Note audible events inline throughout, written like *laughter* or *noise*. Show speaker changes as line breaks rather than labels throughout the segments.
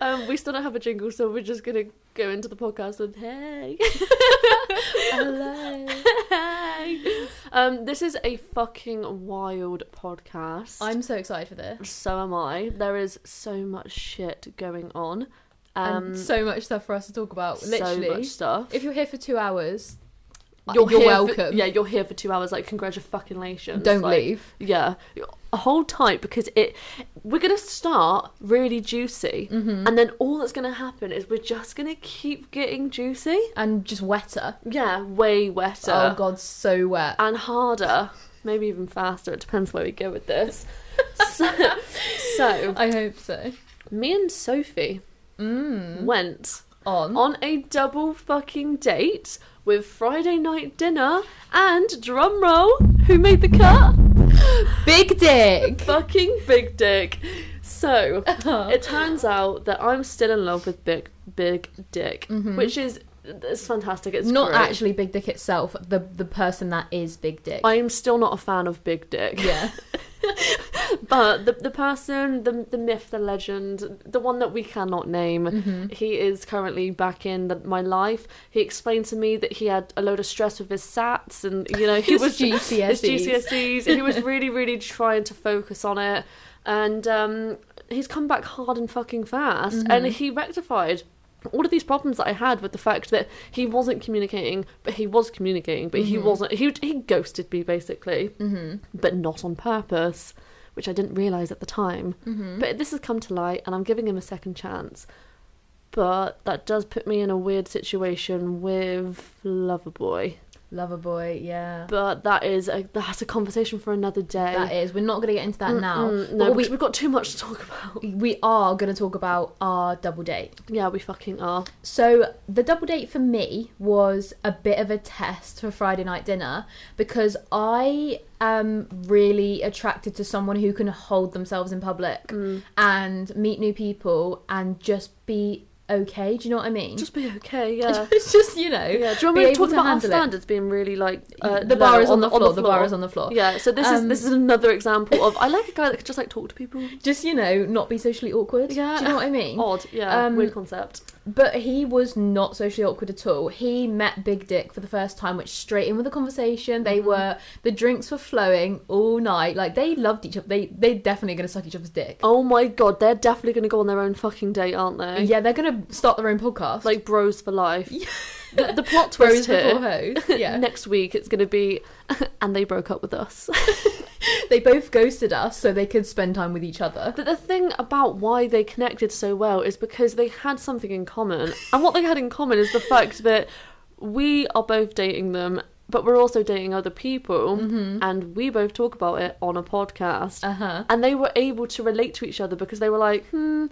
Um, we still don't have a jingle, so we're just gonna go into the podcast with hey.
Hello.
*laughs* hey. Um, this is a fucking wild podcast.
I'm so excited for this.
so am I. There is so much shit going on. Um
and so much stuff for us to talk about.
so
Literally.
much stuff.
If you're here for two hours,
You're, here
you're,
for-
welcome.
yeah, you're here for two hours. Like, congratulations.
Don't
like,
leave.
Yeah, hold tight because it. We're gonna start really juicy,
Mhm.
and then all that's gonna happen is we're just gonna keep getting juicy.
And just wetter.
Yeah, way wetter Um,
oh god, so wet.
and harder, maybe even faster. It depends where we go with this. *laughs* so, so,
I hope so.
me and Sophie Mm-hmm.
Mm.
went
On.
on a double fucking date with Friday night dinner and drum roll, who made the cut?
Big dick.
fucking big dick. So
Uh-huh.
*laughs* it turns out that I'm still in love with big big dick,
Mhm.
which is it's fantastic. It's
*laughs* Not
great.
actually big dick itself, the the person that is big dick.
I am still not a fan of big dick,
*laughs* yeah.
but the the person, the the myth, the legend, the one that we cannot name.
Mhm.
He is currently back in the, my life. He explained to me that he had a load of stress with his SATs, and you know *laughs* he
His
was his
GCSEs.
GCSEs. He was really, really trying to focus on it, and um, he's come back hard and fucking fast. And he rectified all of these problems that I had with the fact that he wasn't communicating, but he was communicating, but he wasn't. He he ghosted me basically,
Mhm.
but not on purpose, which I didn't realize at the time.
Mhm.
But this has come to light, and I'm giving him a second chance. But that does put me in a weird situation with Loverboy.
Lover boy, yeah.
But that is a that's a conversation for another day.
That is. We're not going to get into that now.
um, Mm-mm,
But
No,
we
we, we've got too much to talk about.
we are going to talk about our double date.
Yeah, we fucking are.
So the double date for me was a bit of a test for Friday night dinner because I am really attracted to someone who can hold themselves in public and meet new people and just be okay. Do you know what I mean?
Just be okay, yeah.
*laughs* it's Mm. just you know.
yeah. Do you want
be
me to
able
talk
to
about our
handle it.
standards being really like uh,
the bar
low
is on, the, floor. The bar is on the floor.
Yeah, so this is
Um,
this is another example of I like a guy that could just like talk to people.
*laughs* Just you know, not be socially awkward.
Yeah.
Do you know what I mean?
Odd, yeah,
Um,
weird concept.
But he was not socially awkward at all. He met Big Dick for the first time, which straight in with the conversation.
Mm-hmm.
They were the drinks were flowing all night. Like they loved each other. They they definitely gonna suck each other's dick.
Oh my god, they're definitely gonna go on their own fucking date, aren't they?
Yeah, they're gonna start their own podcast.
Like bros for life.
Yeah.
the, the plot
*laughs* bros
twist
before
here.
hoes.
*laughs*
Yeah,
Next week it's gonna be, *laughs* and they broke up with
*laughs*
us.
they both ghosted us so they could spend time with each other.
But the thing about why they connected so well is because they had something in common. And what they had in common is the
*laughs*
fact that we are both dating them, but we're also dating other people. Um,
Mm-hmm.
And we both talk about it on a podcast.
Uh huh.
And they were able to relate to each other because they were like, hmm.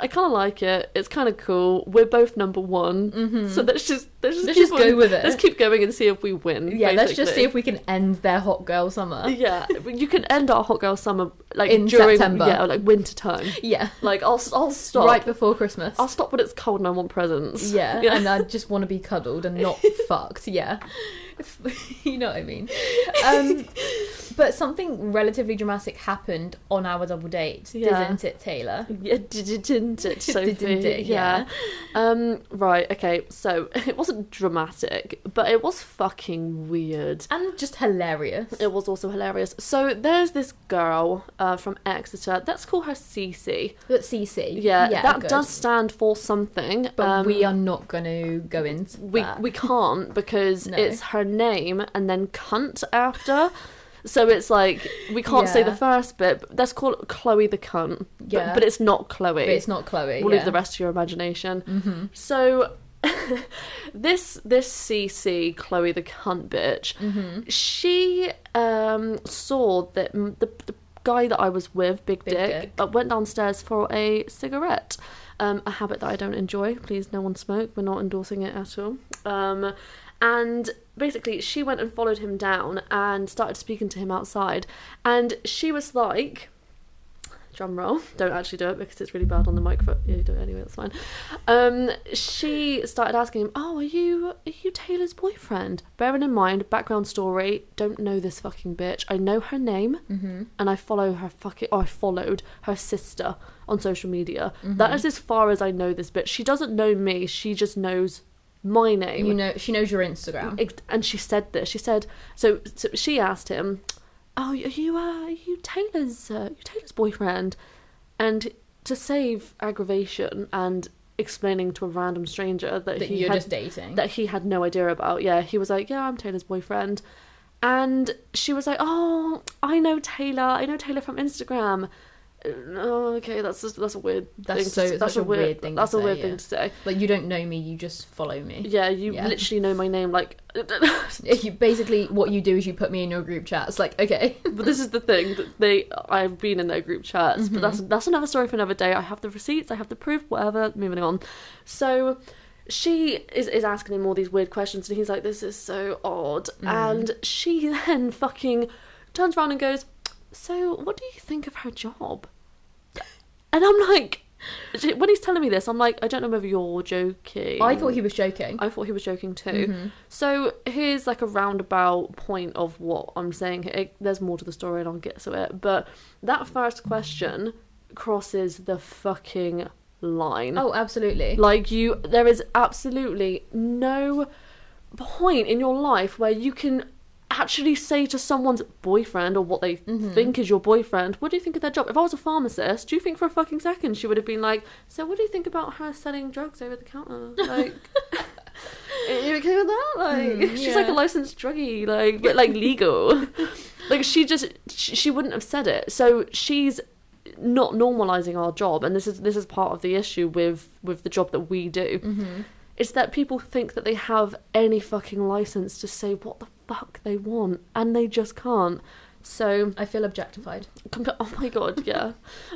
I kind of like it. It's kind of cool. We're both number one, so let's just let's just,
Mm-hmm. Let's
keep
just go
on-
with it.
Let's keep going and see if we win.
Yeah, let's just see
basically.
if we can end their hot
*laughs*
girl summer.
Yeah, you can end our hot girl summer like
In
during
September.
yeah, like winter time.
*laughs* Yeah,
Like I'll I'll stop.
right before Christmas.
I'll stop when it's cold and I want presents. *laughs*
Yeah,
Yeah.
and I just want to be cuddled and
*laughs*
not fucked. Yeah, you know what I mean.
*laughs*
Um, but something relatively dramatic happened on our double date,
Yeah.
didn't it, Taylor?
Yeah, *laughs* d- d- didn't it, Sophie?
*laughs* Didn't it,
yeah. Um. Right. Okay. So *laughs* it wasn't dramatic, but it was fucking weird.
And just hilarious.
It was also hilarious. So there's this girl uh, from Exeter. Let's call her Cece.
But CC,
Yeah. that
good.
does stand for something.
But
um,
we are not going to go into
we
that.
we can't because
No.
it's her name and then cunt after. So it's like we can't say the
Yeah.
first bit. But let's call it Chloe the cunt. But-
Yeah.
But, it's not Chloe.
But it's not Chloe.
we'll
yeah.
leave the rest to your imagination.
hmm
So *laughs* this this CC Chloe the cunt bitch,
hmm
she um saw that m- the, the guy that I was with, Big,
Big
Dick,
Dick.
uh, went downstairs for a cigarette. Um, a habit that I don't enjoy. Please, no one smoke. We're not endorsing it at all. Um, and basically, she went and followed him down and started speaking to him outside. And she was like, drum roll. Don't actually do it because it's really bad on the microphone. Yeah, you do it anyway. That's fine. Um, she started asking him, "Oh, are you are you Taylor's boyfriend?" Bearing in mind background story, don't know this fucking bitch. I know her name,
hmm
and I follow her fucking. Oh, I followed her sister. on social media. That is as far as I know this bitch. She doesn't know me, she just knows my name.
You know, she knows your Instagram.
Ex- and she said this. She said so. so she asked him, "Oh, are you uh, are you Taylor's uh, you Taylor's boyfriend?" And to save aggravation and explaining to a random stranger that,
that
he
you're
had
just dating.
that he had no idea about, yeah, he was like, "Yeah, I'm Taylor's boyfriend," and she was like, "Oh, I know Taylor. I know Taylor from Instagram." Uh, Oh, okay, that's just, that's a weird
That's
thing. to
so-
s-
such a weird thing to
That's a
say,
weird
yeah.
thing to
*laughs*
say.
like you don't know me, you just follow me.
Yeah, you
Yeah.
literally know my name. Like, *laughs*
If you basically what you do is you put me in your group chats. Like okay, *laughs*
but this is the thing that they I've been in their group chats,
Mm-hmm.
but that's that's another story for another day. I have the receipts, I have the proof, whatever. Moving on. So she is, is asking him all these weird questions, and he's like, "This is so odd."
Mm-hmm.
And she *laughs* then fucking turns around and goes, "So, what do you think of her job?" And I'm like, she- when he's telling me this, I'm like, I don't know whether you're joking.
I thought he was joking.
I thought he was joking too. So here's like a roundabout point of what I'm saying. It, there's more to the story, and I'll get to it. But that first question crosses the fucking line.
Oh, absolutely.
Like you, there is absolutely no point in your life where you can actually say to someone's boyfriend or what they think is your boyfriend, "What do you think of their job?" If I was a pharmacist, do you think for a fucking second she would have been like, "So, what do you think about her selling drugs over the *laughs* counter?" Like. You okay with that? Like
Mm,
she's like a
yeah.
licensed druggie, like but like legal. *laughs* like she just she, she wouldn't have said it. So she's not normalizing our job, and this is this is part of the issue with with the job that we do.
Mhm.
It's that people think that they have any fucking license to say what the fuck they want, and they just can't. So,
I feel objectified.
compa- *laughs* oh my god, yeah,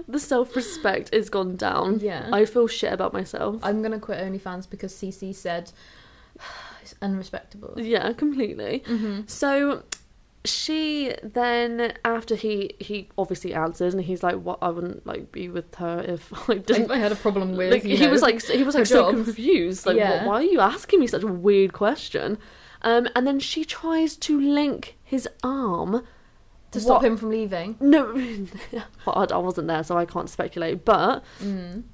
the self respect is gone down.
Yeah.
I feel shit about myself.
I'm gonna quit OnlyFans because CC said *sighs* it's unrespectable.
Yeah, completely.
Mm-hmm.
So she then after he he obviously answers and he's like what I wouldn't like be with her if *laughs* I didn't
I had a problem with
like
you
he
know,
was like s- he was
her
like so
job.
confused like
Yeah.
"Wh- why are you asking me such a weird question um and then she tries to link his arm
to stop
what-
him from leaving.
no *laughs* well, I, I wasn't there so I can't speculate but
Mm.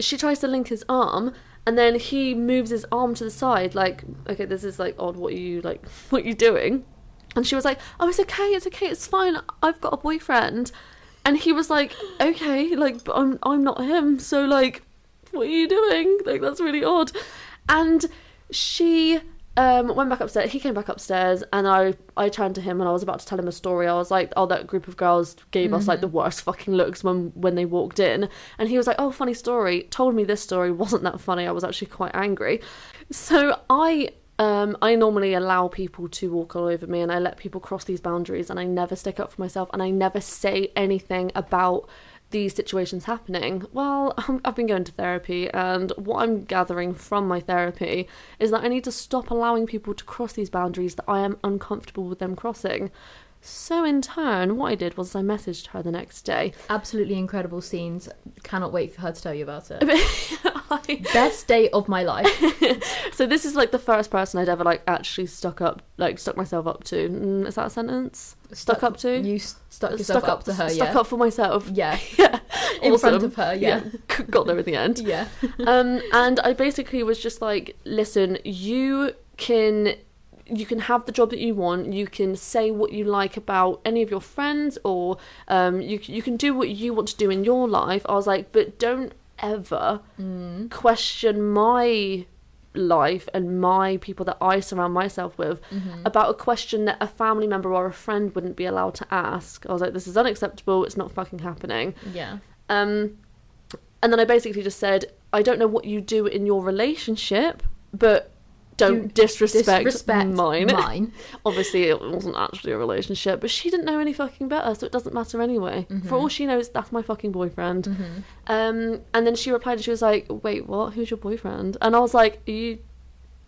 she tries to link his arm and then he moves his arm to the side like okay this is like odd what are you like *laughs* what are you doing and she was like oh it's okay it's okay it's fine i've got a boyfriend and he was like okay like but i'm i'm not him so like what are you doing like that's really odd and she um, went back upstairs. He came back upstairs, and I I turned to him and I was about to tell him a story. I was like, "Oh, that group of girls gave us like the worst fucking looks when when they walked in." And he was like, "Oh, funny story." Told me this story wasn't that funny. I was actually quite angry. So I um I normally allow people to walk all over me, and I let people cross these boundaries, and I never stick up for myself, and I never say anything about these situations happening? Well, *laughs* um, I've been going to therapy, and what I'm gathering from my therapy is that I need to stop allowing people to cross these boundaries that I am uncomfortable with them crossing. So, in turn, what I did was I messaged her the next day. *laughs*
Absolutely incredible scenes. Cannot wait for her to tell you about *laughs* it.
I-
Best day of my life.
so, this is like the first person I'd ever like actually stuck up, like stuck myself up to. Mm, is that a sentence? Stuck, up to?
You s- stuck yourself up, to her.
Stuck
yeah.
up for myself. *laughs*
*laughs* Yeah.
Yeah.
In front
Awesome.
of her. *laughs* Yeah.
yeah. Got there in the end.
Yeah.
*laughs* um, and I basically was just like, listen, you can you can have the job that you want. You can say what you like about any of your friends, or um, you c- you can do what you want to do in your life. I was like, but don't ever
Mm.
question my life and my people that I surround myself with about a question that a family member or a friend wouldn't be allowed to ask. I was like, this is unacceptable. It's not fucking happening.
Yeah.
Um, and then I basically just said, I don't know what you do in your relationship, but don't
Do-
disrespect,
Disrespect
mine.
Mine.
*laughs* Obviously, it wasn't actually a relationship, but she didn't know any fucking better, so it doesn't matter anyway.
Mm-hmm.
For all she knows, that's my fucking boyfriend.
Mhm.
Um, and then she replied, and she
Mm-hmm.
was like, "Wait, what? Who's your boyfriend?" And I was like, "Are you,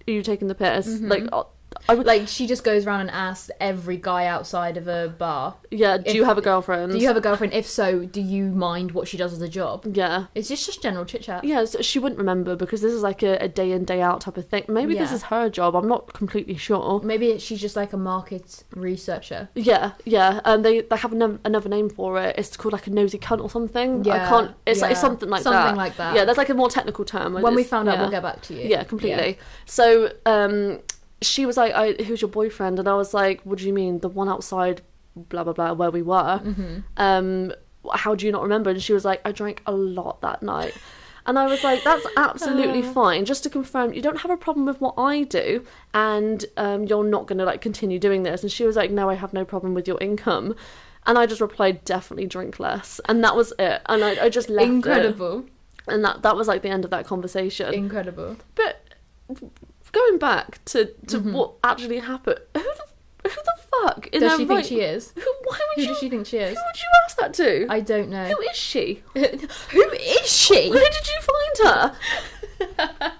are you taking the piss? Like, uh, I would,
Like she just goes around and asks every guy outside of a bar,
yeah. Do
if-
you have a girlfriend?
"Do you have a girlfriend? If so, do you mind what she does as a job?"
yeah.
It's just just general chit chat.
Yeah, so she wouldn't remember because this is like a, a day in, day out type of thing. Maybe this
Yeah.
is her job. I'm not completely sure.
Maybe she's just like a market researcher.
Yeah, yeah. Um, they they have another, another name for it. It's called like a nosy cunt or something. I
Yeah,
can't. It's like
yeah.
something like that.
Something like that.
Yeah, there's like a more technical term.
when we
It's-
found out,
yeah.
we'll get back to you.
Yeah, completely. So um, she was like, I, "Who's your boyfriend?" And I was like, "What do you mean? The one outside, blah blah blah, where we were."
hmm
um, how do you not remember? And she was like, I drank a lot that night. And I was like, that's absolutely
*laughs* Uh.
fine. Just to confirm, you don't have a problem with what I do, and um, you're not going to like continue doing this. And she was like, no, I have no problem with your income. And I just replied, definitely drink less. And that was it. And I, I just left it. Uh,
Incredible.
And that, that was like the end of that conversation.
Incredible.
but going back to, to
Mhm.
what actually happened, who the, who the fuck in
Does
their
she think
right-
she is?
Who, why would
Who
you?
does she think she
who
is?
would you ask that to?
I don't know. *laughs*
Who is she?
Who is she?
Where did you find her?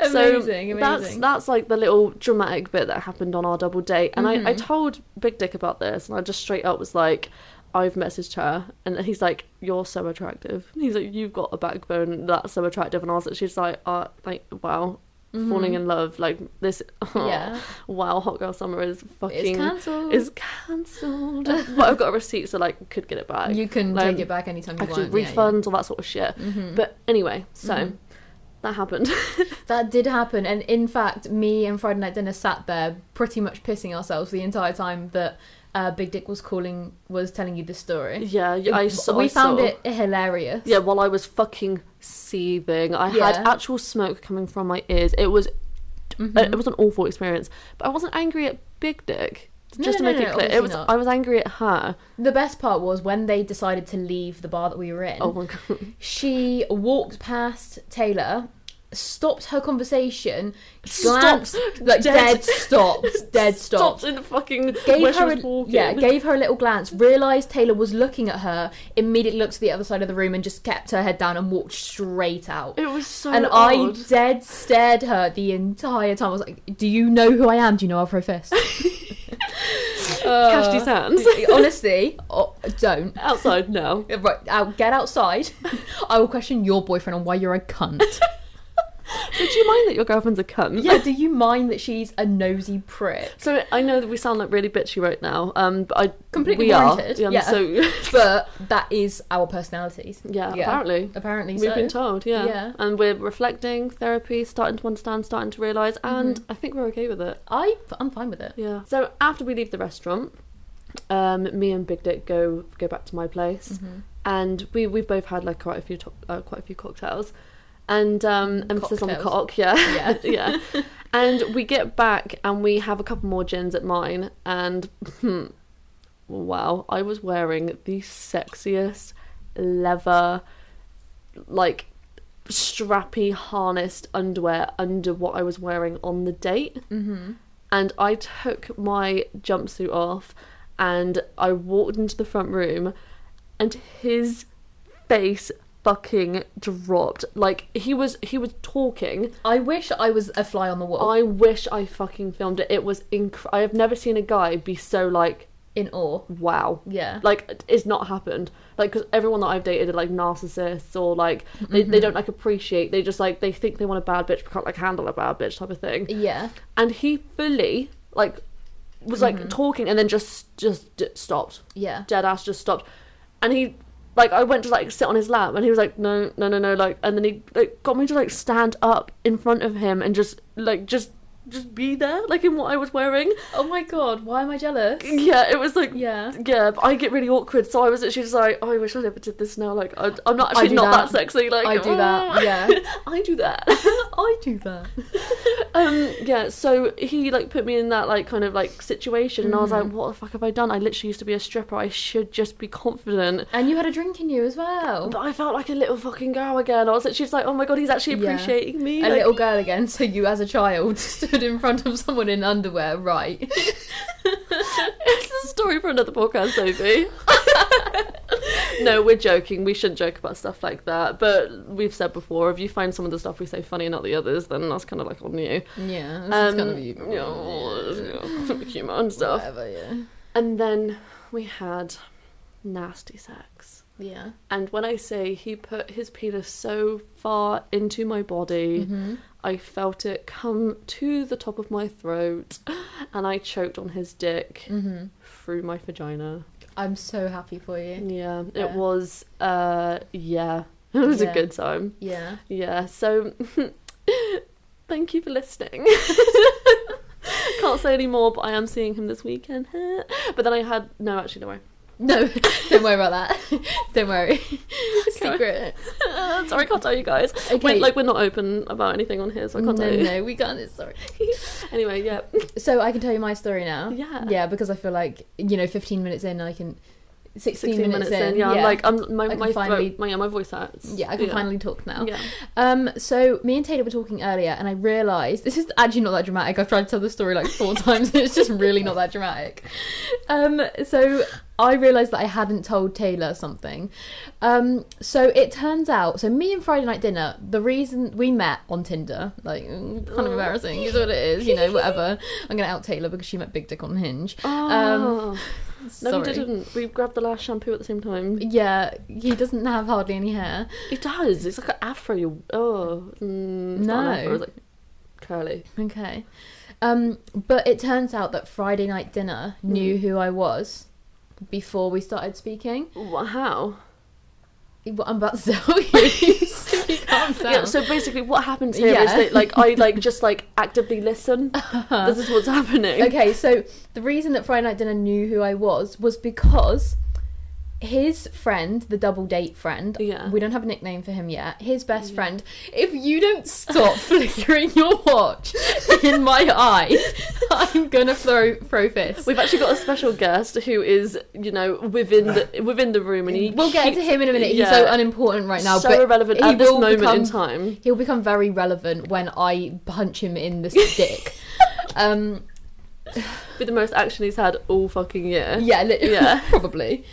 amazing,
so
amazing.
That's that's like the little dramatic bit that happened on our double date, and I, I
Mhm.
told Big Dick about this, and I just straight up was like, I've messaged her, and he's like, you're so attractive. He's like, you've got a backbone that's so attractive, and I was like, she's like, uh, like wow,
Mhm.
falling in love, like this. *laughs*
Yeah.
wow, hot girl summer is
It's
fucking
cancelled.
is cancelled. *laughs* but I've got a receipt, so like could get it back.
You can
like,
take it back anytime you
I could
want.
do refunds, all that sort of shit.
hmm
But anyway, so
Mhm.
that happened. *laughs*
that did happen, and in fact, me and Friday Night Dinner sat there pretty much pissing ourselves the entire time that uh, Big Dick was calling, was telling you this story.
yeah, yeah, I saw.
we
I
found
saw.
it hilarious.
Yeah, while I was fucking seething, I had
Yeah.
actual smoke coming from my ears. It was uh,
Mhm.
it was an awful experience, but I wasn't angry at Big Dick.
No,
Just to
no, no,
make
no,
it clear,
obviously
it was
not.
I was angry at her.
The best part was when they decided to leave the bar that we were in.
Oh my
*laughs*
god,
She walked past Taylor, stopped her conversation,
Stopped.
glanced like
*laughs* Dead.
dead, stopped, dead
*laughs*
stopped.
stopped in the fucking
Gave
where she
her
was
a,
walking.
yeah, gave her a little glance, realised Taylor was looking at her, immediately looked to the other side of the room and just kept her head down and walked straight out.
it was so
and
odd.
I dead stared her the entire time. I was like, Do you know who I am? Do you know Alfred
*laughs*
Fist? Uh,
Cashed his hands
*laughs* Honestly, oh, don't.
outside now.
Right, out, get outside. I will question your boyfriend on why you're
*laughs*
a cunt.
*laughs* Would you mind that your girlfriend's a cunt?
yeah, do you mind that she's a nosy prick?
So I know that we sound like really bitchy right now, um, but I
Completely
we
warranted,
Are. Yeah, I'm
yeah.
So *laughs*
But that is our personalities.
yeah,
Yeah.
apparently
Apparently
we've
so.
been told. Yeah.
Yeah.
and we're reflecting, therapy, starting to understand, starting to realize, and I think we're okay with it.
I I'm fine with it.
Yeah. Mm-hmm. So after we leave the restaurant, um, me and Big Dick go go back to my place,
Mm-hmm.
and we we've both had like quite a few to- uh, quite a few cocktails, and um, emphasis on the
Cocktails.
cock. Yeah.
Yeah.
yeah. And we get back and we have a couple more gins at mine. And hmm, wow, I was wearing the sexiest leather, like strappy harnessed underwear under what I was wearing on the date.
*laughs* Mm-hmm.
And I took my jumpsuit off and I walked into the front room and his face fucking dropped like he was he was talking
I wish I was a fly on the wall
I wish I fucking filmed it. It was inc- I have never seen a guy be so like,
in awe.
wow.
Yeah.
Like it's not happened. Like because everyone that I've dated are like narcissists or like they, they don't like appreciate. They just like they think they want a bad bitch but can't like handle a bad bitch type of thing.
yeah.
And he fully like was like talking and then just just d- stopped.
Yeah.
Dead ass just stopped. And he like I went to like sit on his lap and he was like no no no no like and then he like got me to like stand up in front of him and just like just just be there like in what I was wearing.
Oh my god, why am I jealous?
Yeah, it was like yeah.
Yeah.
but I get really awkward, so I was actually just like, oh, I wish I never did this now. Like, I, I'm not
I
actually
do
not that.
that.
sexy. Like,
I do
*laughs*
that. Yeah.
I do that.
*laughs* I do that.
um, yeah. So he like put me in that like kind of like situation, and I was
Mm.
like, what the fuck have I done? I literally used to be a stripper. I should just be confident.
And you had a drink in you as well.
But I felt like a little fucking girl again. I was like, she was like, oh my god, he's actually
Yeah.
appreciating me.
a
Like,
little girl again, *laughs* so you as a child *laughs* stood in front of someone in underwear, *laughs* right? *laughs*
it's a story for another podcast, Sophie. no, we're joking. We shouldn't joke about stuff like that. But we've said before, if you find some of the stuff we say funny and not the others, then that's kind of like on you.
Yeah, it's
Um,
gonna be
you know, humour and stuff.
whatever. Yeah,
And then we had nasty sex.
yeah.
And when I say he put his penis so far into my body,
Mm-hmm.
I felt it come to the top of my throat *laughs* and I choked on his dick through my vagina.
Mm-hmm. I'm so happy for you.
Yeah, it
Yeah.
was, uh, yeah, *laughs* it was
Yeah.
a good time.
Yeah.
Yeah, so *laughs* thank you for listening. *laughs* Can't say any more, but I am seeing him this weekend. *laughs* but then I *laughs* had, no, actually, don't worry.
*laughs* No, don't worry about that. *laughs* don't worry. Secret.
*laughs* Sorry, I can't tell you guys.
Okay.
We're, like, we're not open about anything on here, so I
no,
can't tell you.
no, we can't. It's sorry.
Anyway, yeah.
So I can tell you my story now.
Yeah.
Uh, Yeah, because I feel like you know, 15 minutes in, I can. 16,
16 minutes, in. Yeah, I'm like I'm, my,
I can
my,
finally-
throat, my, yeah, my voice hurts.
yeah, I can finally talk now.
Yeah.
Um, so me and Taylor were talking earlier, and I realised this is actually not that dramatic. I've tried to tell the story like four *laughs* times, and it's just really not that dramatic. Um, so I realised that I hadn't told Taylor something. Um, so it turns out, so me and Friday Night Dinner, the reason we met on Tinder, like mm, kind of embarrassing, is what it is, you know, whatever. I'm gonna out Taylor because she met Big Dick on Hinge.
Oh, no,
Um, Sorry.
we didn't. We grabbed the last shampoo at the same time.
Yeah, he doesn't have hardly any hair.
It does. It's like an afro. You oh mm, it's not an
No.
afro, it's like curly.
Okay. Um, but it turns out that Friday night dinner
Mm.
knew who I was before we started speaking.
What? How?
What I'm about to *laughs* tell you. so you can't tell.
Yeah. So basically, what happens here is
Yeah. Uh-huh.
that like I
*laughs*
like just like actively listen. This is what's happening. *laughs*
okay, so the reason that Friday night dinner knew who I was was because his friend, the double date friend,
Yeah.
we don't have a nickname for him yet. His best friend, if you don't stop flickering your watch in my eye, *laughs* I'm gonna throw throw fists.
We've actually got a special guest who is, you know, within the within the room, and he
We'll get
keeps-
to him in a minute. He's
Yeah.
so unimportant right now,
so
but
irrelevant
he
at this
will
moment in
become-
time.
he'll become very relevant when I punch him
*laughs*
in the dick. um,
Be the most action he's had all fucking year.
yeah, li-
Yeah.
*laughs* probably.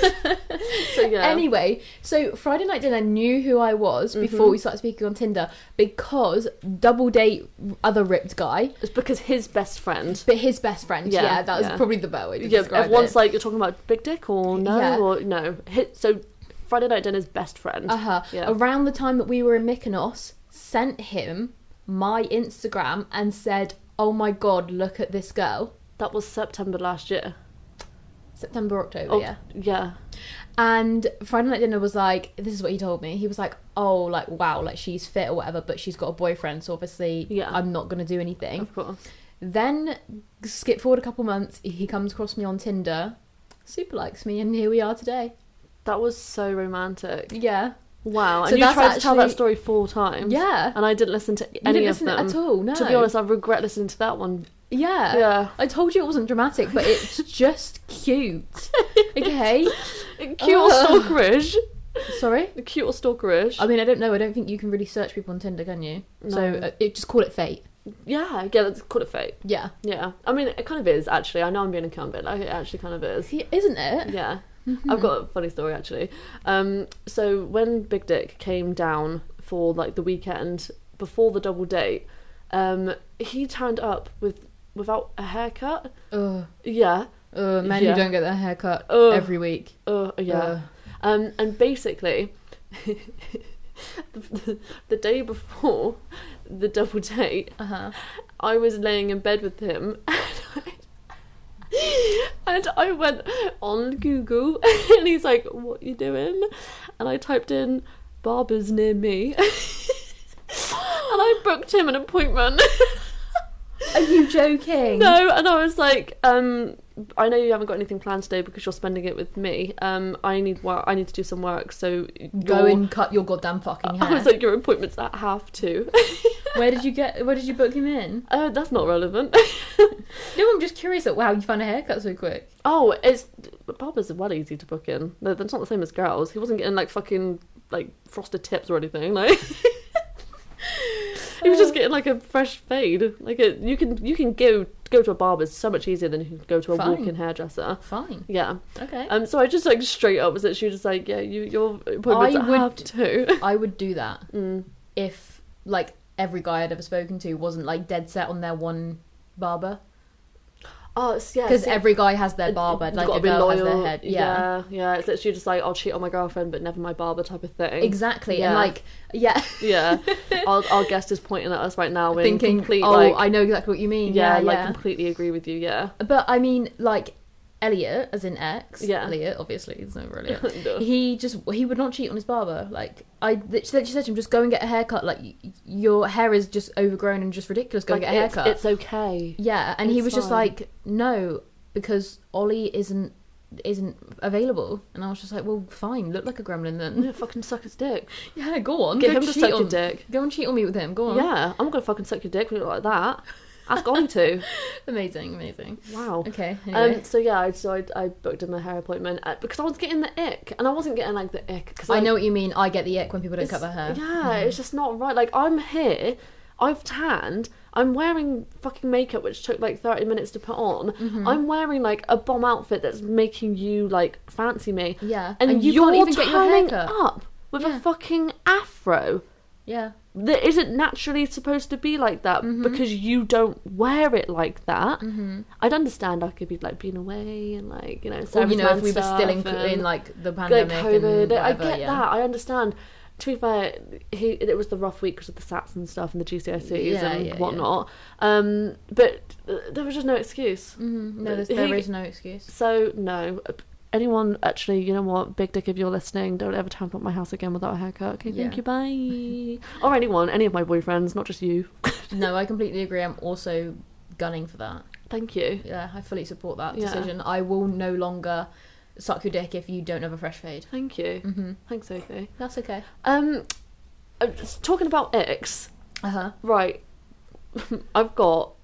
So yeah. Mm-hmm.
Anyway, so Friday night dinner knew who I was before we started speaking on Tinder because double date other ripped guy,
It's because his best friend.
but his best friend. Yeah,
Yeah,
that was
yeah.
probably the better way to
Yeah,
describe
everyone's
it.
like, you're talking about big dick or no
Yeah.
or no. Hit, so Friday Night Dinner's best *laughs* friend.
uh huh.
Yeah.
Around the time that we were in Mykonos, sent him my Instagram and said, "Oh my god, look at this girl."
that was September last year.
September, October, Oh,
Oh.
yeah.
yeah.
And Friday Night Dinner was like, this is what he told me. He was like, oh, like, wow, like she's fit or whatever, but she's got a boyfriend, so obviously
Yeah.
I'm not going to do anything.
Of course.
Then, skip forward a couple months, he comes across me on Tinder, super likes me, and here we are today.
That was so romantic.
Yeah.
Wow. And
So
you
that's
tried to tell
actually-
that story four times.
Yeah.
And I didn't listen to
you
any
didn't
of
listen
them.
at all, no. Uh.
To be honest, I regret listening to that one.
Yeah.
Yeah.
I told you it wasn't dramatic, but
*laughs*
it's just cute. Okay?
Cute
*laughs* Ugh.
or stalkerish?
Sorry?
Cute or stalkerish?
I mean, I don't know. I don't think you can really search people on Tinder, can you? So
No.
uh, it, just call it fate.
yeah, yeah, that's call it fate.
Yeah.
Yeah. I mean, it kind of is, actually. I know I'm being a cunt, but like, it actually kind of is.
See, Isn't it?
Yeah. Mm-hmm.
Hmm.
I've got a funny story actually. Um, so when Big Dick came down for like the weekend before the double date, um, he turned up with without a haircut.
Ugh.
Yeah.
Uh, men
Yeah.
who don't get their hair cut
Ugh.
every week.
Uh, yeah.
Ugh.
Um, and basically, *laughs* the, the, the day before the double date,
Uh-huh.
I was laying in bed with him *laughs* and I, and I went on Google *laughs* and he's like, What you doing? And I typed in barbers near me and I booked him an appointment. *laughs*
Are you joking?
no, and I was like, um, I know you haven't got anything planned today because you're spending it with me. Um, I need work. I need to do some work. So
Go
your-
and cut your goddamn fucking
*laughs* I
hair.
was like, your appointment's at half two. *laughs*
where did you get? Where did you book him in?
uh, that's not relevant.
No, I'm just curious at how you found a haircut so quick.
Oh, it's barbers are well easy to book in. They're- That's not the same as girls. He wasn't getting like fucking like frosted tips or anything. Like *laughs* he was just getting like a fresh fade. Like it, you can you can go to go to a barber is so much easier than you can go to a
Fine.
walk-in hairdresser.
Fine.
Yeah.
Okay.
Um. So I just like straight up was that she was just like, yeah, you your appointments
I
I
would-
have
*laughs*
to.
I would do that
mm.
if like every guy I'd ever spoken to wasn't like dead set on their one barber
Oh, it's, yeah.
because
see,
every guy has their
you've
barber like
gotta
a girl has their head yeah,
yeah. Yeah. It's literally just like I'll cheat on my girlfriend, but never my barber type of thing.
exactly
Yeah.
and like
*laughs*
yeah *laughs*
yeah. Our, our guest is pointing at us right now. We're
thinking
complete,
oh
like,
I know exactly what you mean
yeah,
yeah
like
yeah.
completely agree with you. Yeah.
but I mean like Elliot as in X
Yeah.
Elliot obviously it's not
*laughs*
really Elliot
No.
he just he would not cheat on his barber like I she said, she said to him just go and get a haircut like y- your hair is just overgrown and just ridiculous go
Like,
get a
it's,
haircut
it's okay.
Yeah, and he
It's
was just
fine.
like, no, because Ollie isn't isn't available, and I was just like, well, fine, look like a gremlin then.
Yeah, fucking suck his dick.
*laughs* Yeah, go on,
Get
go
him to
cheat
suck
on,
your dick.
Go and cheat on me with him. Go on.
Yeah, I'm gonna fucking suck your dick when you look like that. Ask Ollie
*laughs*
to.
amazing, amazing.
Wow.
Okay. Anyway.
Um, so yeah, I, so I, I booked him a hair appointment at, because I was getting the ick, and I wasn't getting like the ick because
I know what you mean. I get the ick when people don't cut their hair. Mm-hmm.
Yeah, it's just not right. Like I'm here, I've tanned, I'm wearing fucking makeup which took like 30 minutes to put on.
Hmm. Mm-hmm.
I'm wearing like a bomb outfit that's making you like fancy me,
Yeah,
and,
and you
you're
can't even get your hair
turning
cut.
up with
Yeah.
a fucking afro.
Yeah,
that isn't naturally supposed to be like that
Mm-hmm.
because you don't wear it like that. I'd understand I could be like being away and like you know,
or, you know,
serviceman
if we were still in,
stuff and,
in like the
like
pandemic and
COVID, I
whatever,
get
yeah.
that. I understand. To be fair, he it was the rough week because of the Sats and stuff and the GCSEs
Yeah,
and
yeah, yeah.
whatnot. Um, but uh, there was just no excuse.
Mhm, No, there's, there
He-
is no excuse.
So no. Anyone actually, you know what, Big Dick, if you're listening, don't ever turn up at my house again without a haircut. Okay, thank
Yeah.
you, bye. or anyone, any of my boyfriends, not just you.
No, I completely agree. I'm also gunning for that.
Thank you.
Yeah, I fully support that
Yeah.
decision. I will no longer suck your dick if you don't have a fresh fade.
Thank you.
Mm-hmm.
Thanks, Sophie.
That's okay.
Um, uh, just talking about X,
Uh
Uh-huh.
huh.
right? *laughs* I've got.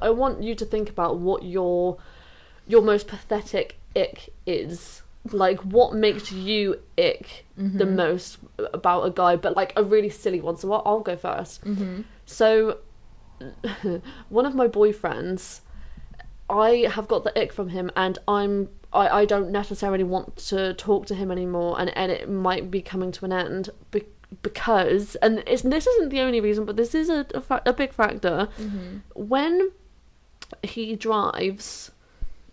I want you to think about what your your most pathetic ick is. Like, what makes you ick
Mm-hmm.
the most about a guy? But like a really silly one. So I'll, I'll go first.
Mm-hmm.
So, *laughs* one of my boyfriends, I have got the ick from him, and I'm I, I don't necessarily want to talk to him anymore, and and it might be coming to an end be- because, and it's this isn't the only reason, but this is a a, fa- a big factor.
Mm-hmm.
When he drives,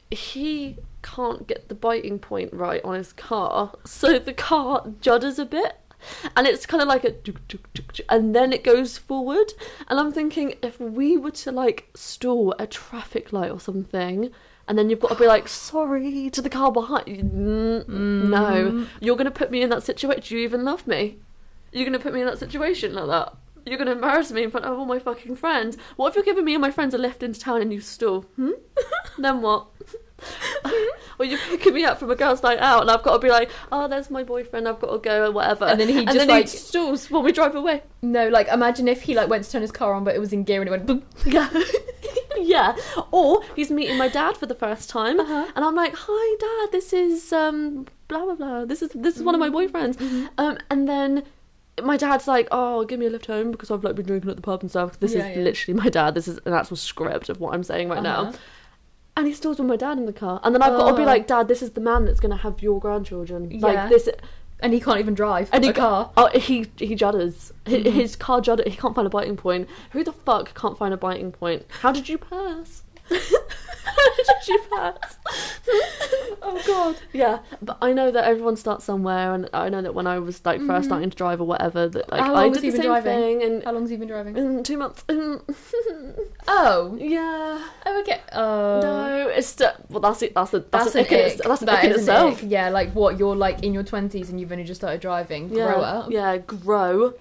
he can't get the biting point right on his car, *laughs* so the car judders a bit. And it's kind of like a tuk, tuk, tuk, tuk, and then it goes forward. And I'm thinking, if we were to like stall a traffic light or something, and then you've got to be like, sorry to the car behind you. N- Mm-hmm.
Mm-hmm.
No, you're going to put me in that situation. Do you even love me? You're going to put me in that situation like that. You're going to embarrass me in front of all my fucking friends. What if you're giving me and my friends a lift into town and you stall? Hmm? *laughs* then what? or you're picking me up from a girl's night out, and I've got to be like, oh, there's my boyfriend, I've got to go, or whatever.
And then he just,
then
like-
stalls when we drive away.
No, like imagine if he like went to turn his car on, but it was in gear and it went. Boop.
Yeah. *laughs* yeah. Or he's meeting my dad for the first time and I'm like, "Hi dad, this is um blah blah blah. This is this is one of my
Mm.
boyfriends."
Mm-hmm.
Um and then my dad's like, "Oh, give me a lift home because I've like been drinking at the pub and stuff." This
Yeah,
is
yeah.
literally my dad. This is an actual script of what I'm saying right now.
Uh-huh.
And he stalls with my dad in the car. And then I've got to be
Oh.
like, "Dad, this is the man that's going to have your grandchildren."
Yeah.
Like this
and he can't even drive
And
and
he
a car.
Oh, he he judders.
Mm-hmm.
His, his car judder. He can't find a biting point. Who the fuck can't find a biting point? How did you
*laughs*
pass? How did you pass?
oh god.
Yeah, but I know that everyone starts somewhere, and I know that when I was like 1st starting to drive or whatever, that like
Mm-hmm. How
I
long
did
has he
the same
been driving?
thing and.
How long's he been driving?
In Mm, two months,
Oh.
*laughs* yeah,
Oh okay. Oh.
no, it's st- well. That's it. That's a that's,
That's,
a
an
ick in
ick.
its- that's an
That
ick in
is an
itself.
ick. Yeah, like what you're like in your twenties and you've only just started driving.
yeah,
Grow up.
yeah, grow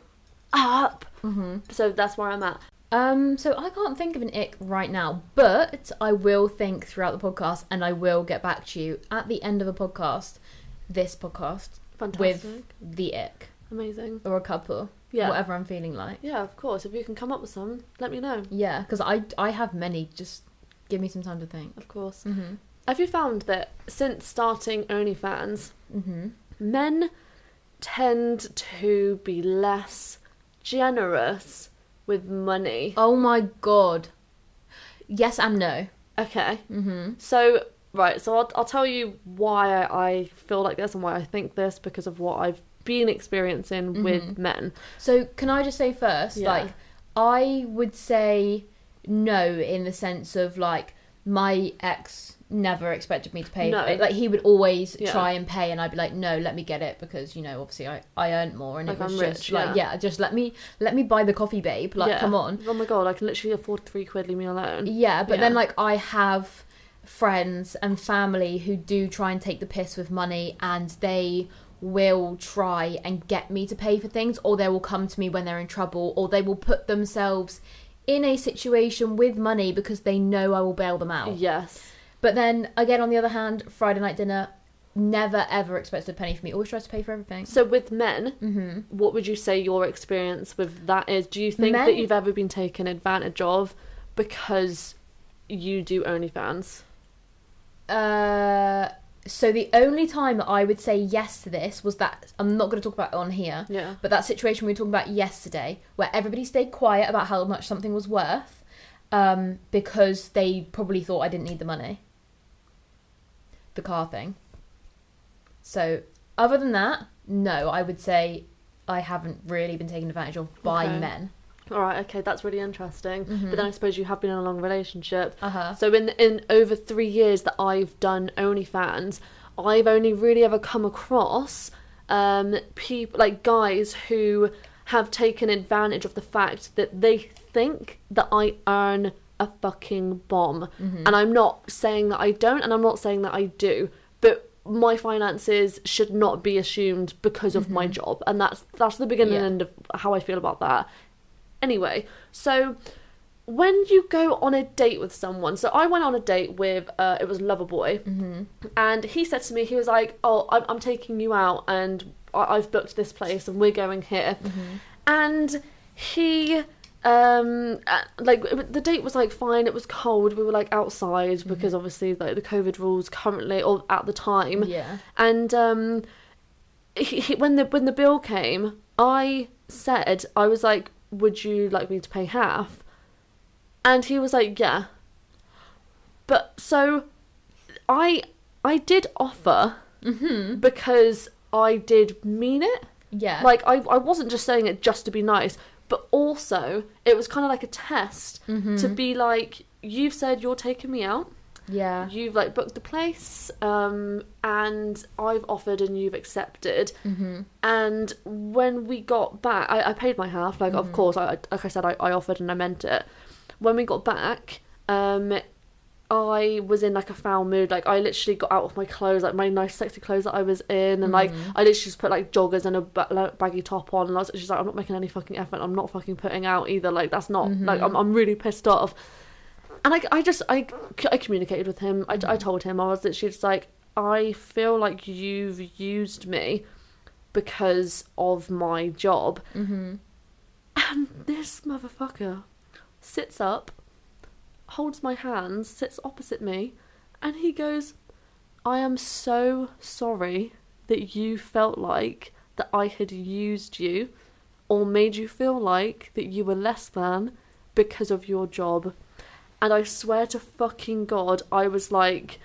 up.
hmm
So that's where I'm at.
Um, so I can't think of an ick right now, but I will think throughout the podcast and I will get back to you at the end of a podcast, this podcast,
Fantastic,
with the ick
amazing.
or a couple,
Yeah,
whatever I'm feeling like.
Yeah, of course. If you can come up with some, let me know.
Yeah, because I, I have many, just give me some time to think.
Of course.
Mm-hmm.
Have you found that since starting OnlyFans,
Mm-hmm.
men tend to be less generous with money?
Oh my god. Yes and no.
Okay.
Mm-hmm.
So, right, so I'll, I'll tell you why I feel like this and why I think this because of what I've been experiencing
Mm-hmm.
with men.
So can I just say first,
Yeah.
like, I would say no in the sense of like my ex never expected me to pay.
No.
Like he would always
Yeah.
try and pay, and I'd be like, no, let me get it because you know obviously I I earned more, and it
Like,
was
I'm
just
rich,
like
yeah.
yeah, just let me let me buy the coffee, babe. Like
Yeah.
come on.
Oh my god, I can literally afford three quid, leave me alone.
Yeah, but then
Yeah.
like I have friends and family who do try and take the piss with money and they will try and get me to pay for things or they will come to me when they're in trouble or they will put themselves in a situation with money because they know I will bail them out.
Yes.
But then again on the other hand, Friday night dinner never ever expects a penny from me. Always tries to pay for everything.
So, with men,
Mhm.
what would you say your experience with that is? Do you think that
Men-
you've ever been taken advantage of because you do OnlyFans?
Uh so the only time that I would say yes to this was that I'm not going to talk about it on here.
Yeah.
But that situation we were talking about yesterday, where everybody stayed quiet about how much something was worth, um, because they probably thought I didn't need the money. The car thing. So, other than that, no, I would say I haven't really been taken advantage of by
Okay.
men.
All right, okay, that's really interesting.
Mhm.
But then I suppose you have been in a long relationship.
Uh huh.
So in in over three years that I've done OnlyFans, I've only really ever come across um people like guys who have taken advantage of the fact that they think that I earn a fucking bomb. And I'm not saying that I don't and I'm not saying that I do, but my finances should not be assumed because of my job. And that's that's the beginning
Yeah.
and end of how I feel about that. Anyway, so when you go on a date with someone, so I went on a date with uh, it was Loverboy, and he said to me, he was like, "Oh, I'm, I'm taking you out, and I- I've booked this place, and we're going here," and he um uh, like it- the date was like fine it was cold we were like outside because obviously like the covid rules currently or at the time
Yeah.
and um he, he, when the when the bill came i said i was like would you like me to pay half and he was like yeah but so i i did offer because i did mean it
Yeah.
like I, I wasn't just saying it just to be nice but also it was kind of like a test to be like you've said you're taking me out
yeah.
you've like booked the place um and i've offered and you've accepted
Mm-hmm.
and when we got back i, I paid my half like of course I, I- like i said I, I offered and i meant it when we got back um i was in like a foul mood like i literally got out of my clothes like my nice sexy clothes that i was in and like i literally just put like joggers and a ba- like, baggy top on and i was she's like i'm not making any fucking effort i'm not fucking putting out either like that's not like I'm, I'm really pissed off and I, I just I, I communicated with him I, I told him i was literally just like i feel like you've used me because of my job
Mm-hmm.
and this motherfucker sits up holds my hands sits opposite me and he goes i am so sorry that you felt like that i had used you or made you feel like that you were less than because of your job and i swear to fucking god i was like